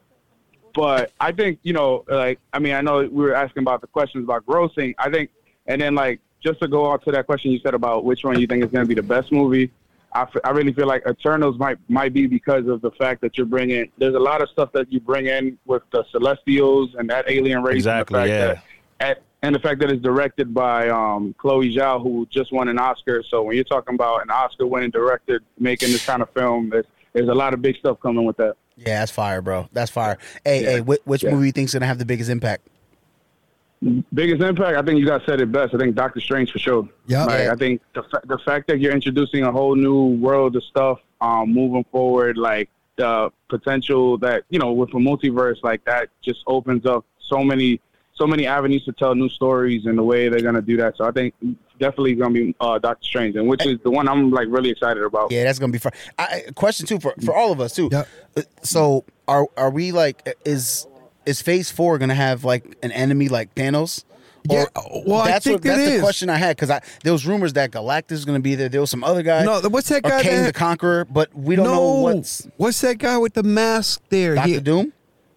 but I think you know, like, I mean, I know we were asking about the questions about grossing. I think, and then like, just to go on to that question you said about which one you think is going to be the best movie. I, f- I really feel like Eternals might might be because of the fact that you're bringing. There's a lot of stuff that you bring in with the Celestials and that alien race. Exactly, And the fact yeah. That, at, and the fact that it's directed by um, Chloe Zhao, who just won an Oscar. So when you're talking about an Oscar-winning director making this kind of film, there's, there's a lot of big stuff coming with that. Yeah, that's fire, bro. That's fire. Hey, Yeah. hey, which, which Yeah. movie you think's gonna have the biggest impact? Biggest impact, I think you guys said it best. I think Doctor Strange for sure. Yeah. Like, I think the, fa- the fact that you're introducing a whole new world of stuff um, moving forward, like the potential that you know with a multiverse like that, just opens up so many so many avenues to tell new stories and the way they're gonna do that. So I think definitely gonna be uh, Doctor Strange, and which is the one I'm like really excited about. Yeah, that's gonna be fire. I, I- question too for, for all of us too. Uh, So are are we like is is Phase Four gonna have like an enemy like Thanos? Or, Yeah, well, I that's think that's it the is. question I had because I there was rumors that Galactus is gonna be there. There was some other guy. No, what's that or guy Kang that- the Conqueror, but we don't know what's what's that guy with the mask there? Doctor He- Doom.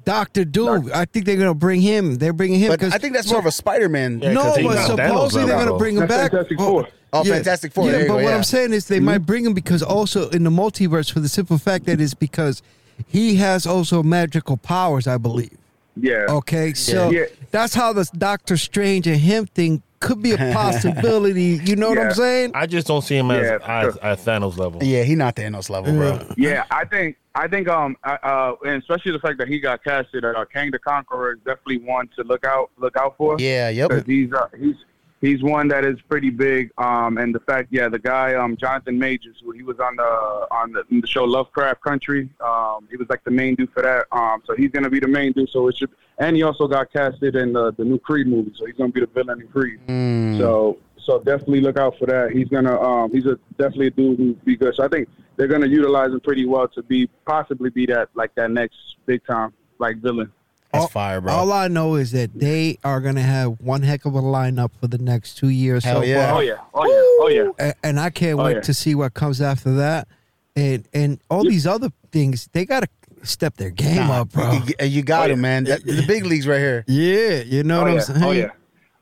Doctor Doom. I think they're gonna bring him. They're bringing him. But 'cause- I think that's more of a Spider-Man. Yeah, no, 'cause he but got Thanos supposedly level. they're gonna bring him That's back. Fantastic Four. Oh, Fantastic Four, Yeah, there you but go, what yeah. Mm-hmm. I'm saying is they might bring him because also in the multiverse for the simple fact that is because he has also magical powers, I believe. Yeah. Okay, so Yeah. that's how this Doctor Strange and him thing could be a possibility. you know what Yeah. I'm saying? I just don't see him as Yeah, as, as Thanos level. Yeah, he not Thanos level, bro. Yeah, I think I think um I- uh and especially the fact that he got casted, uh, Kang the Conqueror is definitely one to look out look out for. Yeah, yep. 'Cause he's uh, he's he's one that is pretty big. Um, and the fact, yeah, the guy um Jonathan Majors, who he was on the on the, in the show Lovecraft Country. Um, he was like the main dude for that. Um, so he's gonna be the main dude. So it should. And he also got casted in the the new Creed movie, so he's gonna be the villain in Creed. So so definitely look out for that. He's gonna um he's a definitely a dude who be good. So I think they're gonna utilize him pretty well to be possibly be that like that next big time like villain. That's All- fire, bro. All I know is that they are gonna have one heck of a lineup for the next two years. Hell so yeah. far. Oh yeah, oh yeah, oh yeah. A- and I can't Oh, wait yeah. to see what comes after that. And and all these other things, they gotta step their game Nah, up, bro. You, you got Oh, him, man. That, the big leagues right here. Yeah, you know what oh, I'm yeah. saying. Oh yeah.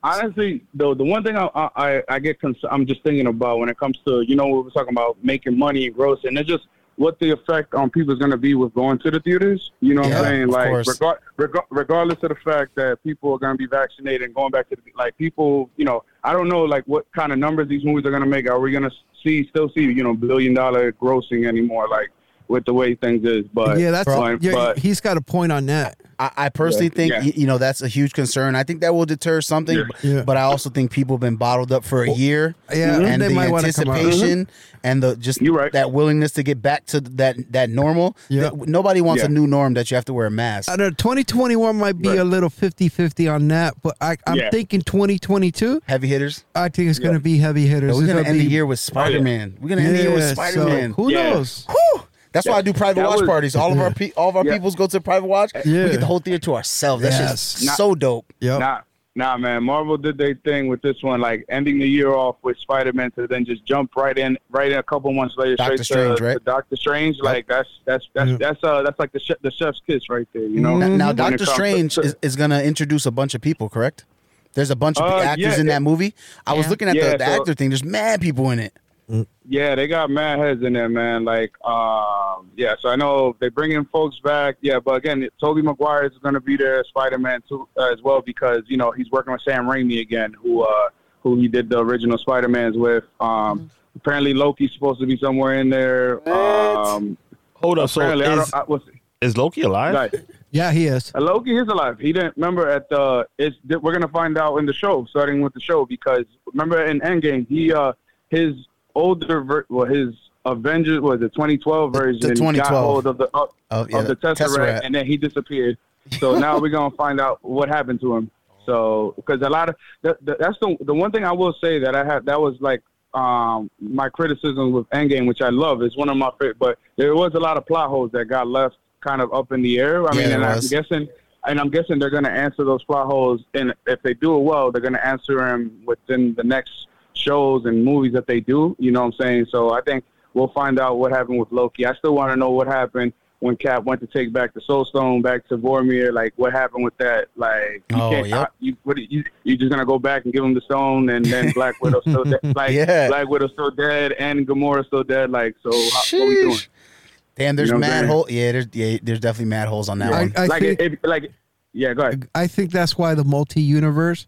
Honestly, though, the one thing I I, I get cons- I'm just thinking about when it comes to you know we were talking about making money and gross, and it's just what the effect on people is going to be with going to the theaters. You know what Yeah, I'm saying? of Like, course. regar- regar- regardless of the fact that people are going to be vaccinated and going back to the, like people, you know, I don't know like what kind of numbers these movies are going to make. Are we going to see still see you know billion dollar grossing anymore? Like with the way things is, but yeah, that's but, yeah, but- he's got a point on that. I, I personally think Yeah. y you know that's a huge concern. I think that will deter something, Yeah. but- Yeah. but I also think people have been bottled up for a year. Yeah, and they the might wanna come out. Mm-hmm. anticipation and the just You're right. that willingness to get back to that that normal. Yeah. That- nobody wants a Yeah. new norm that you have to wear a mask. I know 2021 might be Right. a little 50-50 on that, but I, I'm Yeah. thinking 2022. Heavy hitters. I think it's Yeah. gonna be heavy hitters. Yeah, we're It's gonna gonna end the be- year Oh, with Spider Man. We're gonna end the year Yeah, with so Spider Man. who Yeah. knows? That's why I do private That watch was- parties. All of our pe- all of our Yeah. peoples go to private watch. Yeah. We get the whole theater to ourselves. That's just Yes. so dope. Yep. Nah, nah, man. Marvel did their thing with this one, like ending the year off with Spider Man to then just jump right in, right in a couple months later, Doctor straight to- Strange, to, right? Doctor Strange. Like that's that's that's that's uh that's like the chef, the chef's kiss right there. You know. Mm-hmm. Now, now When it Doctor comes to- Strange is, is going to introduce a bunch of people, correct? There's a bunch of Uh, actors yeah, in yeah. that movie. I was Yeah. looking at Yeah, the, the so- actor thing. There's mad people in it. Yeah, they got mad heads in there, man. Like, um, yeah. So I know they bringing folks back. Yeah, but again, Tobey Maguire is going to be there, Spider Man too uh, as well, because you know he's working with Sam Raimi again, who uh, who he did the original Spider Man's with. Um, apparently Loki's supposed to be somewhere in there. Um, Hold up, so apparently, I is, don't. I, what's, is Loki alive? like, Yeah, he is. uh, Loki is alive. He didn't remember at the. It's that we're gonna find out in the show, starting with the show, because remember in Endgame, he uh his older ver- well his Avengers was the 2012 version. the Got 2012. hold of the uh, Of- Oh, yeah, of the Tesseract, Tesseract. and then he disappeared. So now we're gonna find out what happened to him. So because a lot of that, that- that's the the one thing I will say that I had that was like um my criticism with Endgame, which I love. It's one of my favorite, but there was a lot of plot holes that got left kind of up in the air. I Yeah, mean, there and was. I'm guessing. And I'm guessing they're going to answer those plot holes, and if they do it well, they're going to answer them within the next shows and movies that they do. You know what I'm saying? So I think we'll find out what happened with Loki. I still want to know what happened when Cap went to take back the Soul Stone back to Vormir. Like, what happened with that? Like, you Oh, can't. yep. you, what, you you're just gonna go back and give him the stone, and then Black Widow still dead. Like, Yeah. Black Widow still dead, and Gamora still dead. Like, so how, what we doing? Sheesh. Damn, there's You know what I'm mad saying? hole. Yeah, there's yeah, there's definitely mad holes on that I- one. I like, think- if, like, yeah, go ahead. I think that's why the multi universe,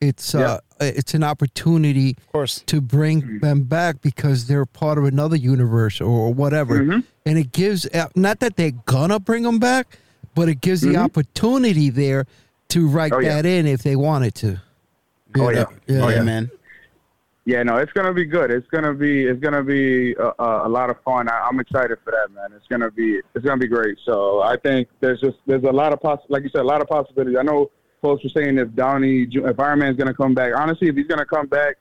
it's uh, it's an opportunity, of course, to bring them back because they're part of another universe or, or whatever, Mm-hmm. and it gives uh, not that they're gonna bring them back, but it gives the opportunity there to write Mm-hmm. Oh, yeah. that in if they wanted to. Oh, yeah. yeah, oh yeah, man. Yeah, no, it's gonna be good. It's gonna be it's gonna be a, a, a lot of fun. I, I'm excited for that, man. It's gonna be it's gonna be great. So I think there's just there's a lot of poss like you said, a lot of possibilities. I know folks were saying if Downey Ju- if Iron Man's gonna come back. Honestly, if he's gonna come back,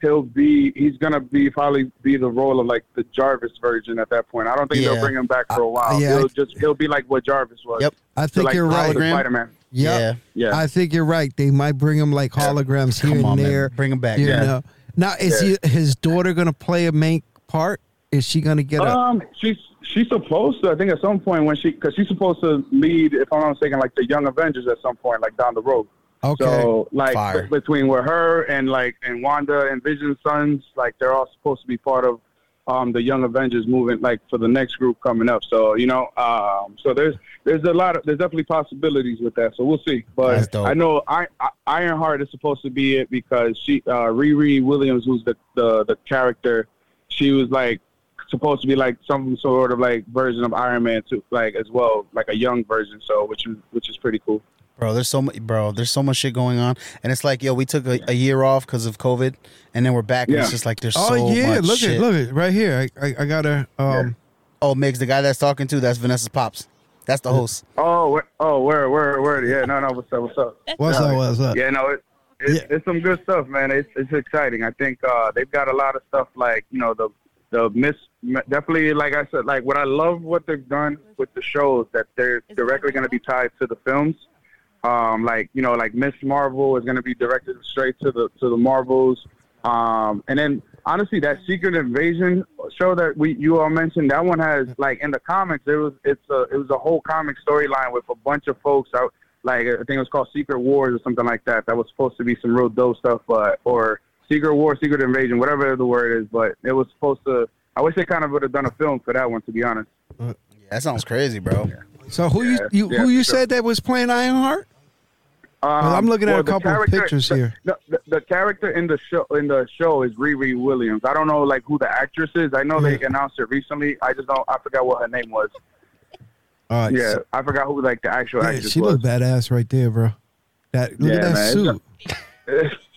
he'll be he's gonna be probably be the role of like the Jarvis version at that point. I don't think Yeah. they'll bring him back for a while. yeah, I- he'll just he'll be like what Jarvis was. Yep. I So, think like, you're right. Hologram Spider-Man. Yep. Yeah. Yeah. I think you're right. They might bring him like holograms here Come on, and there. man. Bring him back. You Yeah. know. Now is he, his daughter gonna play a main part? Is she gonna get a? Um, she's she's supposed to. I think at some point when she, because she's supposed to lead, if I'm not mistaken, like the Young Avengers at some point, like down the road. Okay. So like Fire. b- between with her and like and Wanda and Vision's sons, like they're all supposed to be part of um the Young Avengers movement, like for the next group coming up. So you know, um, so there's there's a lot of there's definitely possibilities with that. So we'll see. That's But dope. I know I, I, Ironheart is supposed to be it because she uh, Riri Williams, who's the, the the character, she was like supposed to be like some sort of like version of Iron Man too, like as well, like a young version. So which is which is pretty cool. Bro, there's so much, bro. There's so much shit going on, and it's like, yo, we took a, a year off because of COVID, and then we're back. And it's Yeah. just like there's Oh so yeah, much look shit. at look at right here. I I, I got a um. Oh, Migs, the guy that's talking to, that's Vanessa's pops. That's Uh, the host. Oh, wh- oh, where, where, where? Yeah, no, no, what's up, what's up? What's No, up? What's up? Yeah, no, it, it's, it's some good stuff, man. It's it's exciting. I think uh, they've got a lot of stuff like you know the the miss definitely like I said like what I love what they've done with the shows that they're directly going to be tied to the films. Um, like you know, like Miss Marvel is going to be directed straight to the to the Marvels. Um, and then honestly, that Secret Invasion show that we you all mentioned, that one has like in the comics, it was it's a it was a whole comic storyline with a bunch of folks out. Like I think it was called Secret Wars or something like that. That was supposed to be some real dope stuff, but or Secret War, Secret Invasion, whatever the word is. But it was supposed to. I wish they kind of would have done a film for that one, to be honest. Yeah, that sounds crazy, bro. So who you, you yeah, who you sure. said that was playing Ironheart? Um, I'm looking at a the couple of character- pictures the- here. The, the, the character in the show in the show is Riri Williams. I don't know like who the actress is. I know they announced it recently. I just don't. I forgot what her name was. All right. Yeah, so- I forgot who like the actual yeah, actress she was. looked badass right there, bro. That look Yeah, at that man, it's suit. not-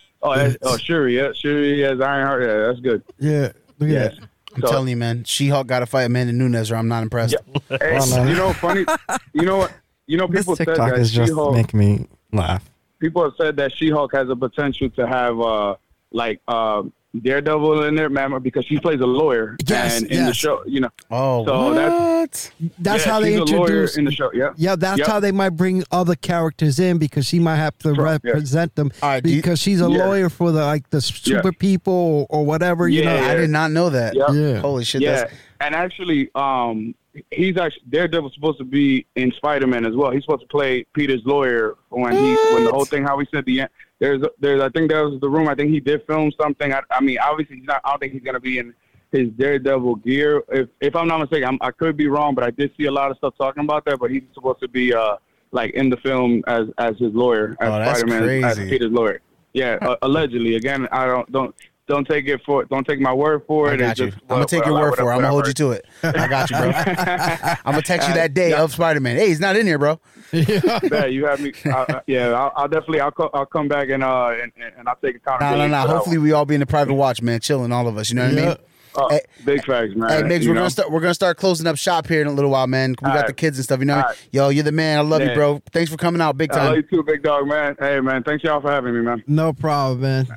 oh, that's, oh, Shuri. Yeah, Shuri has Ironheart. Yeah, that's good. yeah, look Yeah. at that. I'm So- telling you, man. She-Hulk got to fight Amanda Nunes, or I'm not impressed. Oh, Hey, Hello. you know, funny. You know what? You know, This people said TikTok that is just She-Hulk. making me laugh. people have said that She-Hulk has the potential to have uh, like uh, Daredevil in there, man, because she plays a lawyer. Yes, and in the yes. show, you know, Oh, So what? That's yeah, how they she's a lawyer introduce. in the show. Yeah, Yeah, that's Yep. how they might bring other characters in because she might have to Right, yeah. represent them All right, do you- because she's a Yeah. lawyer for the like the super people or, or whatever. You know, Yeah. I did not know that. Yeah. Yeah. Holy shit. yeah. That's, And actually, um, he's actually Daredevil's supposed to be in Spider-Man as well. He's supposed to play Peter's lawyer when he when the whole thing how he said the end. There's there's I think there was the room. I think he did film something. I, I mean, obviously he's not. I don't think he's gonna be in his Daredevil gear. If if I'm not mistaken, I'm, I could be wrong, but I did see a lot of stuff talking about that. But he's supposed to be uh like in the film as as his lawyer as Oh, that's Spider-Man as crazy. Peter's lawyer. Yeah, uh, allegedly. Again, I don't don't. Don't take it for don't take my word for it. I got It's you. just I'm gonna what- take your what I- word what I- for it. I'm what I gonna hold you to heard. it. I got you, bro. I'm gonna text you that day of Spider-Man. Hey, he's not in here, bro. yeah, you have me. I, I- yeah, I'll, I'll definitely. I'll, co- I'll come back and uh and, and I'll take a No, no, conversation. no. Hopefully, we all be in the private watch, man, chilling, all of us. You know what I mean? Uh, big facts, man. Hey, Migs, you we're know? gonna start. We're gonna start closing up shop here in a little while, man. We got All the right. kids and stuff. You know, All right. yo, you're the man. I love you, Yeah. bro. Thanks for coming out, big I love time. you too, big dog, man. Hey, man, thanks y'all for having me, man. No problem, man.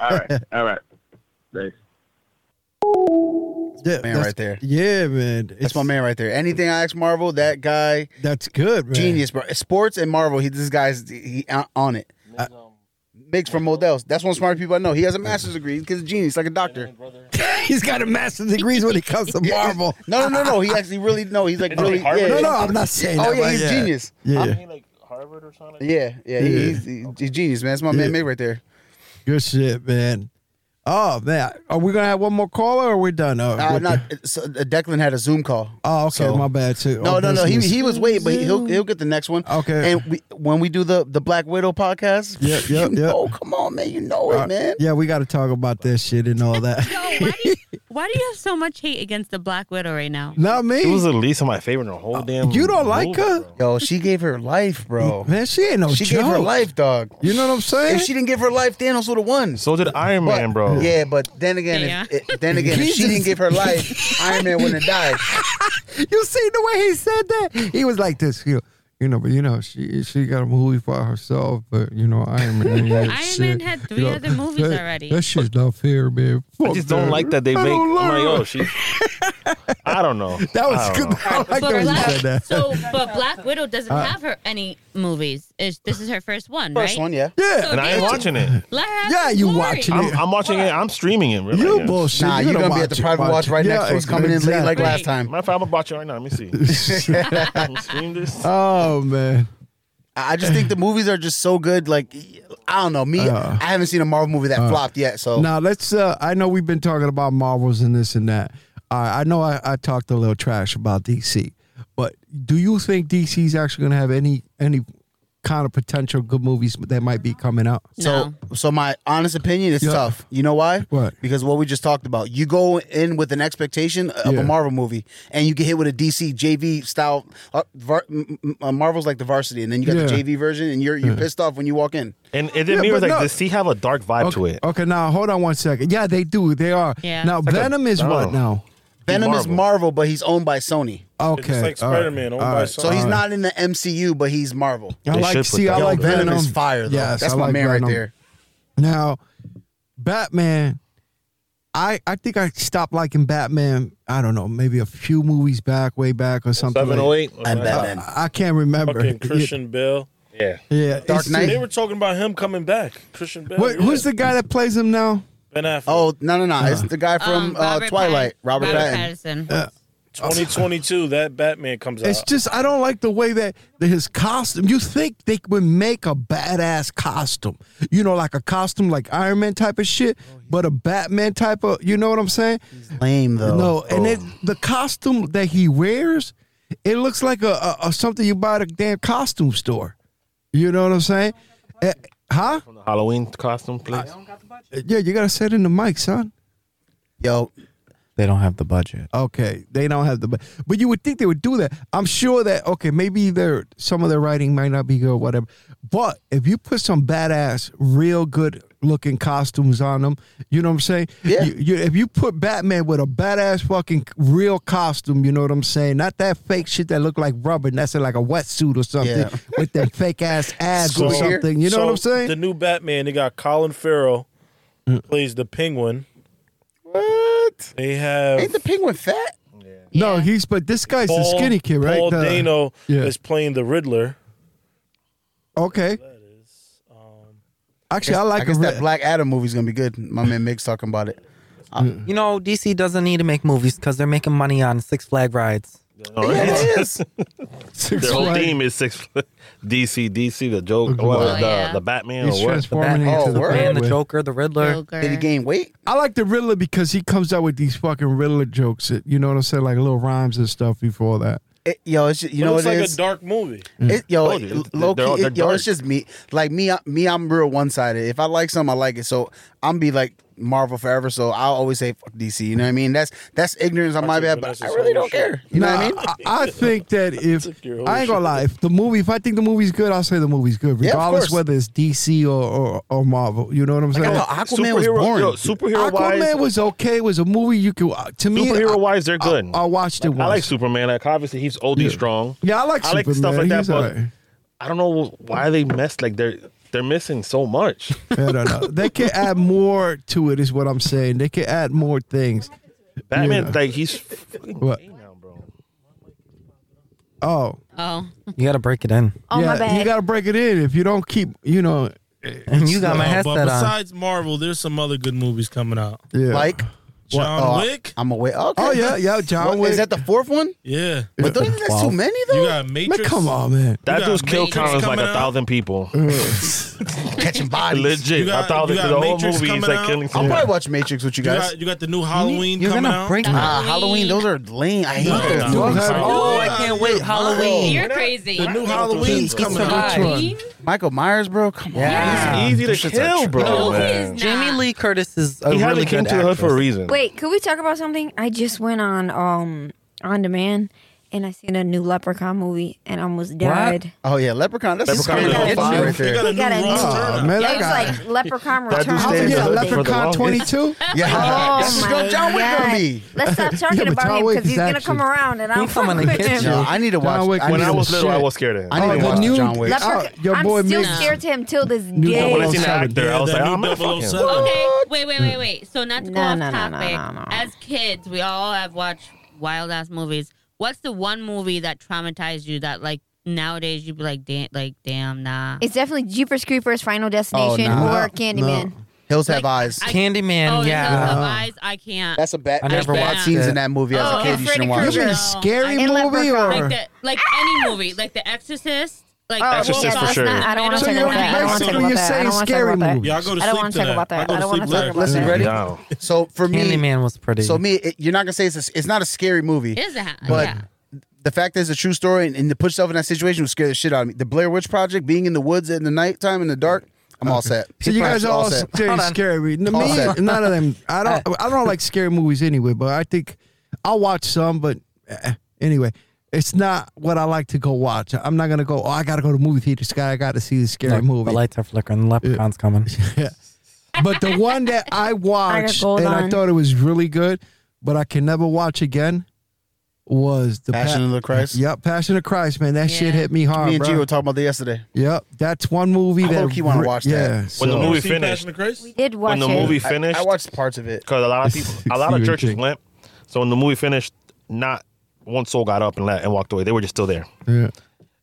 All right, all right. Thanks. Yeah, man that's- right there. Yeah, man. That's my man right there. Anything I ask Marvel, that guy. That's good, man. Genius, bro. Sports and Marvel. He this guy's he on- on it. Uh, Migs from Models. That's one of the smartest people I know. He has a master's degree. He's a genius, like a doctor. He's got a master's degree when it comes to Marvel. No, no, no, no. He actually really no. He's like Oh, really. Harvard? yeah. No, no, I'm not saying Oh that, yeah, but he's yeah. genius. Yeah. I'm- Isn't Yeah, Yeah. yeah. He's, he's genius, man. That's my man, Mig, right there. Good shit, man. Oh man, are we gonna have one more caller, or we're done? Oh, Uh, with not the- so, uh, Declan had a Zoom call. oh okay, so- my bad too. No, Oh, no, no. He business. he was waiting, but he'll he'll get the next one. Okay. And we, when we do the the Black Widow podcast, Yep, yep, you yep. know, come on, man, you know Uh, it, man. Yeah, we got to talk about that shit and all that. Oh, Why do you have so much hate against the Black Widow right now? not me. It was the least of my favorite in the whole damn. you don't like movie, her, bro. Yo, she gave her life, bro. man. oh, She ain't no she gave her joke. life, dog. You know what I'm saying? If she didn't give her life, Thanos would have won. So did Iron But- Man, bro. Yeah, but then again, if, if- then again, if she Jesus. didn't give her life, Iron Man wouldn't have died. You see the way he said that? He was like this. You know, you know but you know, she she got a movie by herself, but you know, Iron Man. ain't Iron shit. Man had three You know, other movies that- already. That shit's not fair, man. I Fuck just don't like that they I make. I'm don't like, like oh, she. I don't know. That was I don't good. know. I like the way you said that. so, but Black Widow doesn't have her any movies. It's, this is her first one, First right? one, yeah. yeah, And I ain't watching it. Let her have yeah, some you glory. watching I'm, it? I'm watching it. I'm streaming it. Really, I you guess. bullshit. Nah, you're gonna be at the watch it, private watch it. right Yeah, next to us, coming in late like exactly. last time. Matter of fact, I'm gonna watch it right now. Let me see. Can you stream this. Oh man, I I just think the movies are just so good. Like, I don't know. Me, Uh, I haven't seen a Marvel movie that flopped yet. Oh. So now let's. Uh, I know we've been talking about Marvels and this and that. I I know I, I talked a little trash about DC, but do you think DC's actually gonna have any any kind of potential good movies that might be coming out? So, so my honest opinion is Yeah. tough. You know why? What? Because what we just talked about. You go in with an expectation of Yeah. a Marvel movie, and you get hit with a DC JV style. Uh, var, m- m- uh, Marvel's like the varsity, and then you got Yeah. the JV version, and you're you're pissed off when you walk in. And, and then Yeah, me was but like, no. does he have a dark vibe Okay, to it? okay, now hold on one second. Yeah, they do. They are. Yeah. Now like a- Venom is what oh. now? Venom is Marvel. Marvel, but he's owned by Sony, Okay. It's like all right, Spider-Man owned all by right. Sony. so he's not in the MCU, but he's Marvel. I They like should put see. Uh-huh. I that like over there. Venom. Venom is fire, though. Yes, That's I my like man right Venom. there. Now, Batman, I I think I stopped liking Batman. I don't know, maybe a few movies back, way back or something. Seven oh like- eight. I'm Batman. I, I can't remember. Fucking Christian Bale. Yeah. Yeah, Dark it's- Knight? They were talking about him coming back. Christian Bale. Wait, yeah. who's the guy that plays him now? Ben Affleck. Oh no, no, no! it's the guy from Um, uh, Robert Twilight, Pat- Robert, Pattinson. Pattinson. 2022. That Batman comes It's out. just I don't like the way that that his costume. You think they would make a badass costume, you know, like a costume like Iron Man type of shit, but a Batman type of, you know what I'm saying? Lame though. Oh. No, and it, the costume that he wears, it looks like a, a, a something you buy at a damn costume store. You know what I'm saying? Eh, huh? Halloween costume, please. Yeah, you gotta set in the mic, son. yo, They don't have the budget. Okay, they don't have the, bu- but you would think they would do that. I'm sure that okay, maybe their some of their writing might not be good, whatever. But if you put some badass, real good looking costumes on them, you know what I'm saying? Yeah. You, you, if you put Batman with a badass fucking real costume, you know what I'm saying? Not that fake shit that look like rubber, and that's like a wetsuit or something Yeah. with them fake ass abs or So- something. You know so what I'm saying? The new Batman. They got Colin Farrell plays the Penguin. what? They have Ain't the penguin fat? No, Oh, he's but this guy's the Paul- skinny kid, right? Paul The- Dano Yeah. is playing the Riddler. Okay. um, Actually, I like I guess a that re- Black Adam movie's gonna be good. My man Mick's talking about it. You know, DC doesn't need to make movies because they're making money on Six Flag rides. All right. it is. Their Oh, whole theme is six. DC, DC, the joke, Okay. or Oh, the, yeah. the Batman, He's or what? transforming Bat- into oh, the word. Man, Penguin. the Joker, the Riddler. Joker. Did he gain weight? I like the Riddler because he comes out with these fucking Riddler jokes. That, you know what I'm saying, like little rhymes and stuff before that. It- yo, it's just, you It know looks what it like is. a dark movie. It- yo, Oh, dude, they're- low they're- key, they're yo, it's dark. just me. Like me, I- me, I'm real one sided. If I like something, I like it. So I'm be like, Marvel forever, so I'll always say fuck DC. You know what I mean? That's that's ignorance on my bad, but I really don't care. You know what I mean? I, I think that if I ain't gonna lie, if the movie, if I think the movie's good, I'll say the movie's good, Yeah, of regardless course. whether it's DC or, or, or Marvel. You know what I'm Like, I saying? thought Aquaman was Superhero- boring. yo, superhero Aquaman wise- was okay. It was a movie you could to me. Uh, Superhero I- wise, they're good. I, I watched it. I like once. Superman. Like obviously he's OD strong. Yeah, I like I like stuff Superman. like that, He's but alright. I don't know why they messed. Like they're they're missing so much. I don't know. They can add more to it, is what I'm saying. They can add more things. Batman, Yeah. like he's What? Oh. Oh. You got to break it in. Oh, my bad. You got to break it in if you don't keep, you know. And you got my Uh, headset but on. besides Marvel, there's some other good movies coming out. Yeah. Like John Oh, Wick. I'm away. Okay. Oh, yeah, yeah, John What- Wick. Is that the fourth one? Yeah. But don't you think that's too many though? You got Man, Matrix. come on, man. That got dude's kill Matrix count is like coming a out? thousand people. Catching bodies. Legit, You got- a thousand. you got The whole Matrix movie is coming like out? killing. I'll people. probably watch Matrix with you You guys. got, you got the new Halloween you're coming gonna out. break me. Ah, Halloween. Those are lame. I hate No, them. no, Those no. are- Oh, I can't wait. Halloween. You're crazy. the new Halloween's He coming out. survived. Halloween? Michael Myers, bro. Come on. Yeah. He's easy to Shit's a kill, trip. bro. No, he man. is not. Jamie Lee Curtis is a He had really to came good to the hood for a actress. reason. Wait, could we talk about something? I just went on um on demand and I seen a new Leprechaun movie and almost died. Oh yeah, Leprechaun. That's Leprechaun Leprechaun. is Leprechaun. on Leprechaun. fire. Right They there. got a He got a new new- Oh, wrong man, Yeah, I it was got like Leprechaun That Return. dude How- stands yeah, up for the Leprechaun longest. 22? Yeah. Oh This is my what John Wick God. gonna be. Let's stop talking but John about him Wick because is he's gonna action. come around and I'm He's coming coming to with get him. you. No, I need to John watch. Wick need When was I to- a was little, I shit. was scared of him. I need Oh, to the watch new- John Wick. Leprechaun- Leprechaun. Oh, your I'm boy still Mick- scared to him till this New day. When I seen the 007. actor, I was like, Yeah, I'm that gonna new fuck him. 007. Okay, wait, wait, wait, wait. So not to go No, off no, no, no, topic. no, no. As kids, we all have watched wild ass movies. What's the one movie that traumatized you that like nowadays you'd be like, damn, like damn, nah. It's definitely Jeepers Creepers, Final Destination, Oh, no. or No, Candyman. Hills have Like, eyes. I- Candyman, oh, yeah. Hills Have Eyes, I can't. That's a bad. I There's never bad watched scenes it. in that movie as Oh, a kid. and You shouldn't Freddy watch. You mean No, a scary I- movie Leprechaun. or? like the, like any movie, like The Exorcist. Like Oh, Exorcist yeah, for that's sure. not- I don't want So to talk you're about that. I don't want to talk basically about you're that. I don't saying want to talk scary about that. Yeah, I go to I don't sleep wanna to talk that. about that. I go I to don't wanna sleep talk to that. about Listen, that. ready? Wow. So for me, Candyman was pretty. so me, it, you're not gonna say it's a, it's not a scary movie, It is a ha- but. yeah. The fact that it's a true story and, and to put yourself in that situation would scare the shit out of me. The Blair Witch Project, being in the woods in the nighttime in the dark, I'm all set. So you guys are all set. scary, scary. No, All Me, set. none of them. I don't. I don't like scary movies anyway. But I think I'll watch some. But eh, anyway, it's not what I like to go watch. I'm not gonna go. Oh, I gotta go to movie theater. Sky, I gotta see the scary Look, movie. The lights are flickering. The leprechaun's coming. but the one that I watched gold and I on. thought it was really good, but I can never watch again, was the Passion of the Christ. Yep, Passion of Christ, man. That shit Yeah. hit me hard, Me and G were bro. talking about that yesterday. Yep, that's one movie I that low-key wanna re- watch that. Yeah, When so- the movie You seen finished. Passion of the Christ? Did watch When the it. movie I- finished, I watched parts of it. because a lot of people, a lot of Stephen churches King. went. So when the movie finished, not one soul got up and left and walked away. They were just still there. yeah.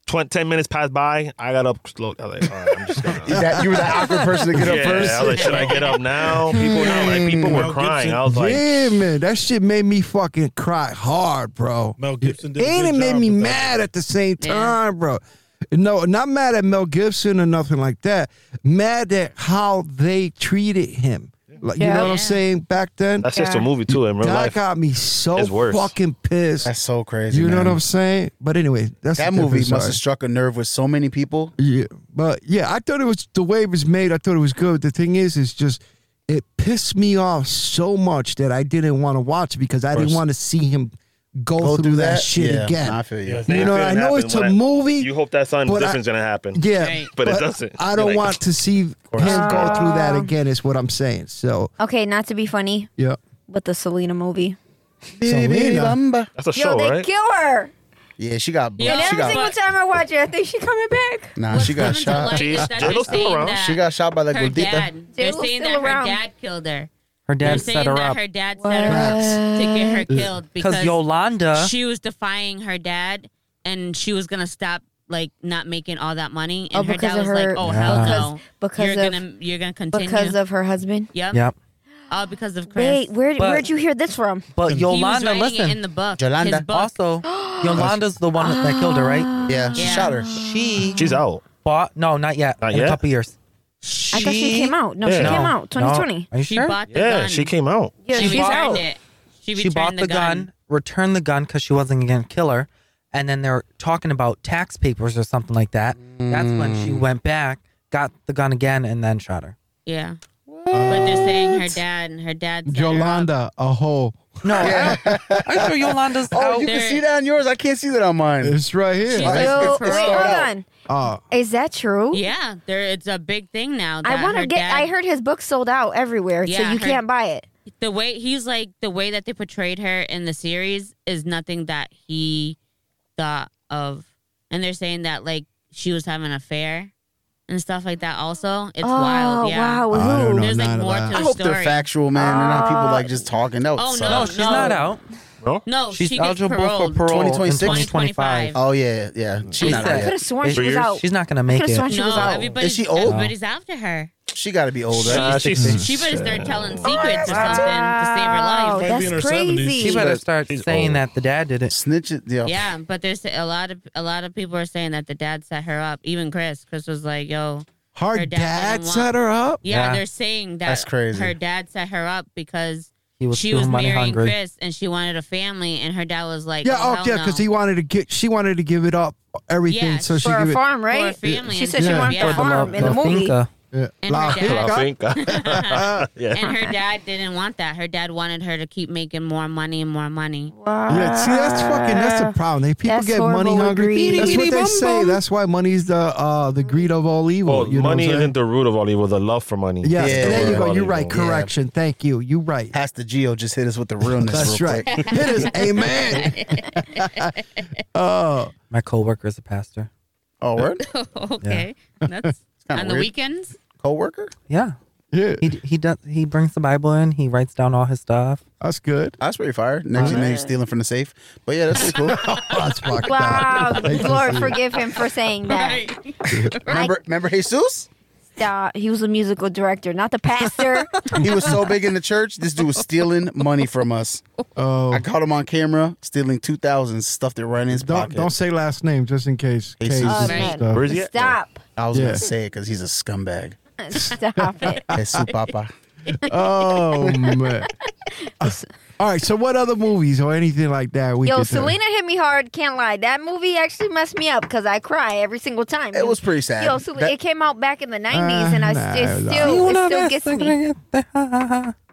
20, 10 minutes passed by. I got up slow. I was like, all right, I'm just gonna. That, you were the awkward person to get up yeah, first. I was like, should I get up now? People, now, like, people Mel were crying. I was like, yeah, man, that shit made me fucking cry hard, bro. Mel Gibson did a and good it made job me with that. mad at the same Yeah. time, bro. No, not mad at Mel Gibson or nothing like that. Mad at how they treated him. Like you know Yeah. what Yeah. I'm saying? Back then, that's just a Yeah. movie too in real that life. got me so It's worse. fucking pissed. That's so crazy. you know man. what I'm saying? But anyway, that's That a movie different must have story. struck a nerve with so many people. Yeah, but yeah, I thought it was the way it was made. I thought it was good. The thing is, it's just it pissed me off so much that I didn't want to watch because I didn't First. want to see him go, Go through, do that, that shit Yeah, again. I feel you. Yes. you know, It I know happened it's a when I- movie. You hope that something But I- different's gonna happen. yeah, Right. but it doesn't. I don't Like- want to see him go through that again. Is what I'm saying. So Okay, not to be funny, yeah, but the Selena movie. Selena. Bamba. That's a Yo, show, they right? kill her. Yeah, she got. Yeah. And She every got. single time I watch it, I think she's coming back. Nah, What's she got coming to shot. light She is is- that J-Lo's they're still saying around. that She got shot by la her gordita. dad. They're J-Lo's saying still that her around. dad killed her. Her They're dad saying set her that up her dad set her up to get her killed because because Yolanda. she was defying her dad and she was gonna stop like not making all that money Oh, and her because dad of was her- like oh hell no because- because you're of- gonna you're gonna continue Because of her husband. yep, yep. all because of Chris Wait, where But- where'd you hear this from? But he was Yolanda, writing listen. it in the book Yolanda his book. also, Yolanda's the one that killed her, right? Yeah, she Yeah. shot her. She She's out. bought. No, not yet. Not in yet? a couple years. I thought she came out. No, she Yeah. No, came out. no. 2020. Are you she sure? bought the Yeah, gun she came out. Yeah, she she's returned out. it she, she returned bought the, gun, returned the gun because she wasn't going to kill her. And then they were talking about tax papers or something Mm. like that. That's when she went back, got the gun again, and then shot her. yeah but they're saying her dad and her dad's Yolanda, a hoe. No, I'm sure Yolanda's Oh, out you can there. see that on yours. I can't see that on mine. It's right here. Uh, It's- Yo, it's- wait, it's hold starred out. on. Is that true? Yeah, there it's a big thing now. I that want her to get. dad- I heard his book sold out everywhere, so Yeah, you her- can't buy it. the way he's like the way that they portrayed her in the series is nothing that he thought of, and they're saying that like she was having an affair and stuff like that. Also, it's oh wild. Yeah. wow, with I don't who? know There's, like, none of more that. to- I hope they're story. factual, man. They're not people like just talking. That would Oh suck. no, she's not out. No, She's she gets eligible paroled. for parole 2026. in 2025. Oh yeah, yeah. She's Is not that- out I could yet. have sworn she Three was years? out. She's not gonna I make could have it. sworn she no, was out. everybody's, Is she old? everybody's after her. She got to be older. Nah, she's She better start telling secrets or something to save her Wow, life. Might be in her that's 70s. She crazy. better start she's saying old. that the dad did it. Snitch it. Yeah. Yeah, but there's a lot of a lot of people are saying that the dad set her up. Even Chris, Chris was like, "Yo, Her, Her dad dad doesn't want- set her up. yeah, Yeah. they're saying that That's crazy. her dad set her up because He was she too was money marrying hungry. Chris and she wanted a family, and her dad was like, Yeah, oh, oh, hell yeah, no. because he wanted to get. She wanted to give it up everything, Yeah, so she for give a it. farm, a right? family. She said she Yeah. wanted Yeah. a For the farm in the movie. finca. Yeah. And her dad. I finca. think. yeah. and her dad didn't want that. Her dad wanted her to keep making more money and more money. Yeah, see, that's fucking. That's the problem. They people Ah, That's get money horrible with hungry. greed. That's what Beady, they bum, say. bum. That's why money's the uh the greed of all evil. Well, you know what I'm Oh, money saying? isn't the root of all evil. The love for money. Yes, Yeah. there you go. You're right. Yeah. Correction. Thank you. You're right. Pastor Geo just hit us with the realness. That's real right. quick. it is. Amen. Oh, My coworker is a pastor. Oh, word. okay, that's kinda on the weird. weekends. Coworker. Yeah, yeah. he he does. He brings the Bible in. He writes down all his stuff. That's good. That's pretty fire. Next, now you're stealing from the safe. But yeah, that's pretty cool. That's fucked up. Wow, Thank you, Lord, Steve. forgive him for saying that. remember, remember Jesus? Stop. He was a musical director, not the pastor. He was so big in the church. This dude was stealing money from us. Oh, I caught him on camera stealing two thousand, stuffed it right in his don't pocket. don't say last name just in case. Hey, Case Susan. and Oh, man. stuff. Where is he at? Stop. I was Yeah. gonna say it because he's a scumbag. Stop it. Hey, su papa. Oh man. All right. So what other movies or anything like that? We Yo, could do? Selena hit me hard. Can't lie. That movie actually messed me up because I cry every single time. It was pretty sad. Yo, so That- it came out back in the '90s, and I nah, it it was still, it still gets me.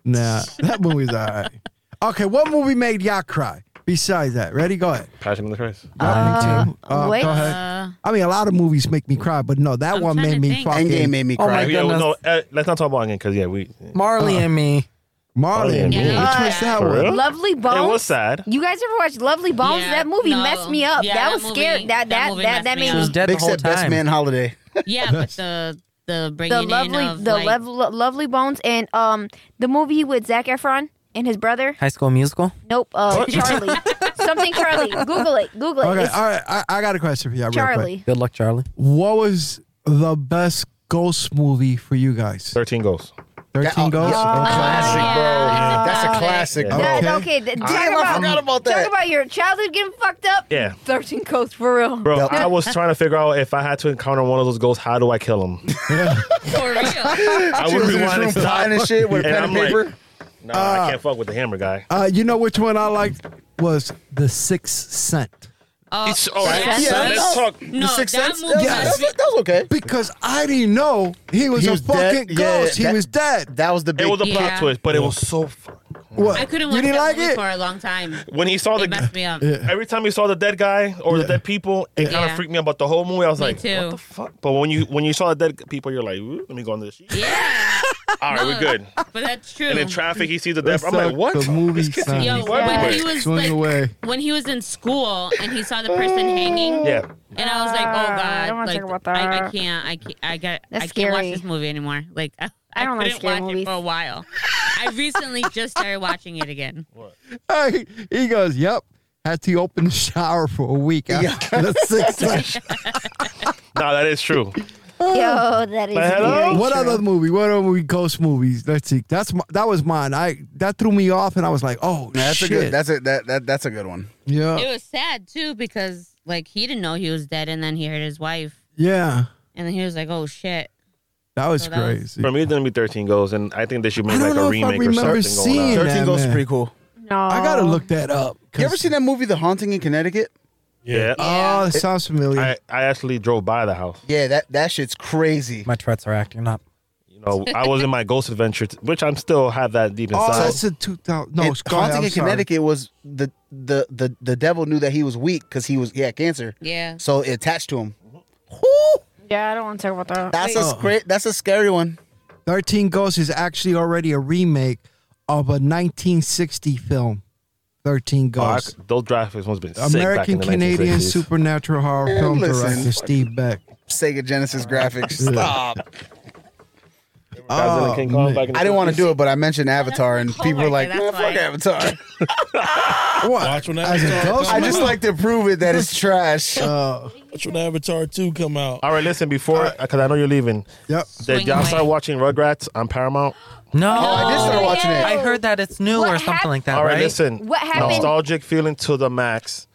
Nah, that movie's all right. Okay, what movie made y'all cry? Besides that, ready? Go ahead. Passion of the Christ. Uh, wait. Go ahead. Uh, I mean, a lot of movies make me cry, but no, that I'm one trying made to me think. fucking. Endgame made me Oh cry. my Yeah, goodness. no, uh, let's not talk about it because yeah, we. Marley and me. Marley and Yeah. me. Which was Yeah. that For one? real? Lovely Bones. It was sad. You guys ever watched Lovely Bones? Yeah, that movie no. messed me up. Yeah, that that was movie- scary. That that that movie that, messed that me made up. She was Um, dead the Big whole said best time. man holiday. yeah, but the the bringing the in lovely of the like, lev- lo- lovely bones and um the movie with Zach Efron and his brother. High School Musical. Nope, uh, Charlie. Something Charlie. Google it. Google it. Okay, It's all right. I, I got a question for y'all. Real quick. Charlie. Good luck, Charlie. What was the best ghost movie for you guys? Thirteen goals. Thirteen oh, Ghosts. yeah. Classic, yeah. bro. Yeah. That's a Yeah. classic, Yeah. bro. That, Okay. okay, th- talk Damn, about I forgot about talk that. about your childhood getting fucked up. Yeah. Thirteen Coats for real. Bro, Yep. I was trying to figure out if I had to encounter one of those ghosts, how do I kill him? Uh, for real. I She would was in this rewind room and stop. flying and shit with a And pen I'm and paper. like, nah, I can't fuck with the hammer guy. Uh, you know which one I liked was The Sixth Cent. Oh, It's all right. that's- Yeah, Let's talk. No, Sixth that Sense? movie. Yeah, Yes. was- that's- that was okay. Because I didn't know he was He a was fucking dead. Yeah, ghost. he that- was dead. That was the big. It was a plot Yeah. twist, but it was so fun. What? I couldn't you watch didn't that like movie it? for a long time. When he saw It the messed me up. every time he saw the dead guy or the dead people, it kind Yeah. of freaked me out about the whole movie. I was Me like, too. what the fuck? But when you when you saw the dead people, you're like, "Ooh, let me go on this. sheet." Yeah, All right, we're good. but that's true. And in traffic, he sees the dead. That's I'm like, like what? the movie This kid's sign. Yo, evil everywhere. when he was Swing like, away. when he was in school and he saw the person hanging, Yeah. and I was like, oh god, I don't wanna like, think about I, I that. can't, I can't, I got, That's I can't scary. watch this movie anymore. Like, I, I don't like couldn't scary watch movies. it for a while. I recently just started watching it again. Hey, he goes, yep. Had to open the shower for a week after the Sixth Cent. Nah, that is true. Yo, that is But hello? very What true. other movie? What other movie? Ghost movies. Let's see. That's my, that was mine. I that threw me off, and I was like, oh No, that's shit. a good. That's a that, that that's a good one. yeah, Oh. It was sad too because like he didn't know he was dead, and then he heard his wife, yeah. and then he was like, oh shit. That was So Oh, that was- crazy. For me, it's gonna be 13 goals, and I think they should I make don't like know if I a remake or remember something seeing going on. that. Thirteen Ghosts is man. pretty cool. No, I gotta look that up. um, You ever seen that movie, The Haunting in Connecticut? Yeah, Oh, that sounds familiar. I, I actually drove by the house. Yeah, that that shit's crazy. My Tourette's are acting up. You No, I was in my ghost adventure, t- which I'm still have that deep inside. Oh, that's a 2000. No, It- it's haunting in Connecticut was the the the the devil knew that he was weak because he was he had cancer. Yeah. So it attached to him. Yeah, I don't want to talk about that. That's a scra- that's a scary one. 13 Ghosts is actually already a remake of a 1960 film, 13 Oh, I Ghosts. c- those graphics must have been sick back in American the Canadian 1960s. supernatural horror Man, film listen. director Steve Beck. Sega Genesis graphics. Yeah. Stop. Godzilla Oh, King Kong man. back in the I didn't want to 50s. do it, but I mentioned Avatar, and people were like, that's "Man, why." "Fuck Avatar." What? Watch when As a Avatar. ghost? come I just out. like to prove it that it's trash. Uh, Watch when Avatar two come out. All right, listen. Before, Uh, because I know you're leaving, yep. did Swing y'all away. start watching Rugrats on Paramount? No, I did Oh, start watching it. I heard that it's new What or something hap- like that, All right, right? listen. What happened- Nostalgic feeling to the max,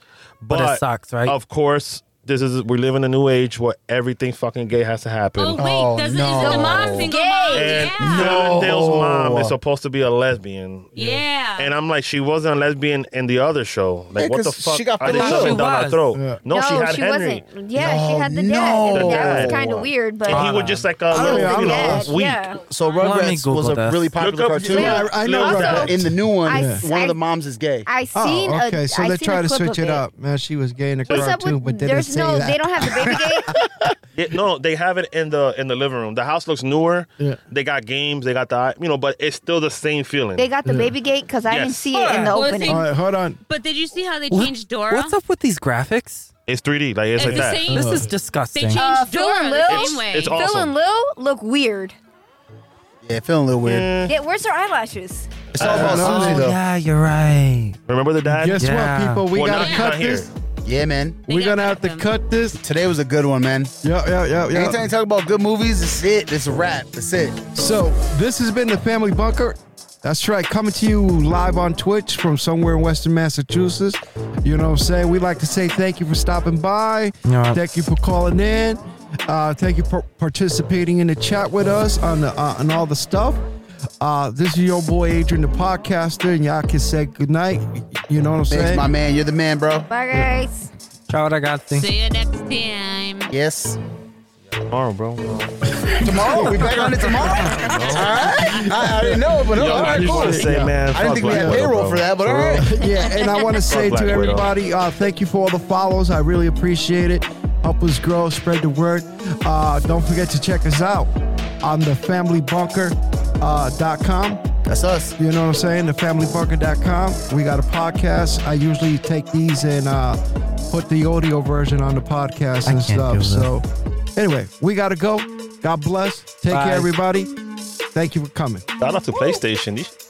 but, But it sucks, right? Of course, this is we live in a new age where everything fucking gay has to happen. Oh wait, Oh, does it, no. is it the mom single mom? and Yeah. Dale's mom No. is supposed to be a lesbian. Yeah. And I'm like, she wasn't a lesbian in the other show. Like, Yeah, what the 'cause fuck? she got Are they put out. shoving She down her was. throat? Yeah. No, she had she Henry. wasn't. Yeah, she had the dad. no. That was The kind of dad. weird, but And he was just like a I don't little, know, I'm you know, dad, lost. weak. yeah. So Let me Rugrats Google was a this. really Look up- popular cartoon. Yeah, I, I know Look Rugrats. that. In the new one, I- Yeah. one I- of the moms is gay. I seen. Oh, okay. A, so I they seen try a to clip switch of it up. Man, she was gay in a What's up cartoon, with? but they didn't there's say no. that. They don't have the baby gate. Yeah, no, they have it in the in the living room. The house looks newer. Yeah. They got games. They got the you know, but it's still the same feeling. they got the baby gate because I didn't Yes. see it in the Well, it's opening. All right, hold on. But did you see how they What- changed Dora? What's up with these graphics? it's 3D. Like it's It's like the that. same. This is they disgusting. changed Uh, Phil Dora and the Lil? same way. It's all- Phil awesome. and Lil look weird. Yeah, feeling a little weird. Yeah, where's their eyelashes? It's all about Uh, Susie oh, though. yeah, Yeah, you're right. Remember the dad? Guess Yeah. what, people? We Well, gotta now he's cut not here. this. man. They We're gotta gonna have cut to him. cut this. Today was a good one, man. Yeah, yeah, yeah, yeah. Anytime you talk about good movies, it's it. It's a wrap. That's it. So this has been the Family Bunker. That's right, coming to you live on Twitch from somewhere in Western Massachusetts. You know what I'm saying? We like to say thank you for stopping by. Yeah. Thank you for calling in. Uh, thank you for participating in the chat with us on the, uh, on all the stuff. Uh, this is your boy Adrian, the podcaster, and y'all can say goodnight. You know what I'm Thanks, saying? my man. You're the man, bro. Bye, guys. Ciao ragazzi. See you next time. Yes. Tomorrow, bro. Tomorrow? Oh, We back on it tomorrow? all right. I, I didn't know, but Yo, all I right, just cool. wanna say, man, I didn't fuck think we Black had Widow, payroll bro. for that, but all For right. yeah, and I want to say Black to Widow. everybody, uh, thank you for all the follows. I really appreciate it. Help us grow, spread the word. Uh, don't forget to check us out on the familybunker.com. Uh, .com. That's us. you know what I'm saying? The familybunker.com. We got a podcast. I usually take these and uh, put the audio version on the podcast I and can't do stuff. that. So, anyway, we got to go. God bless. Take Bye. care, everybody. Thank you for coming. Shout out to PlayStation. These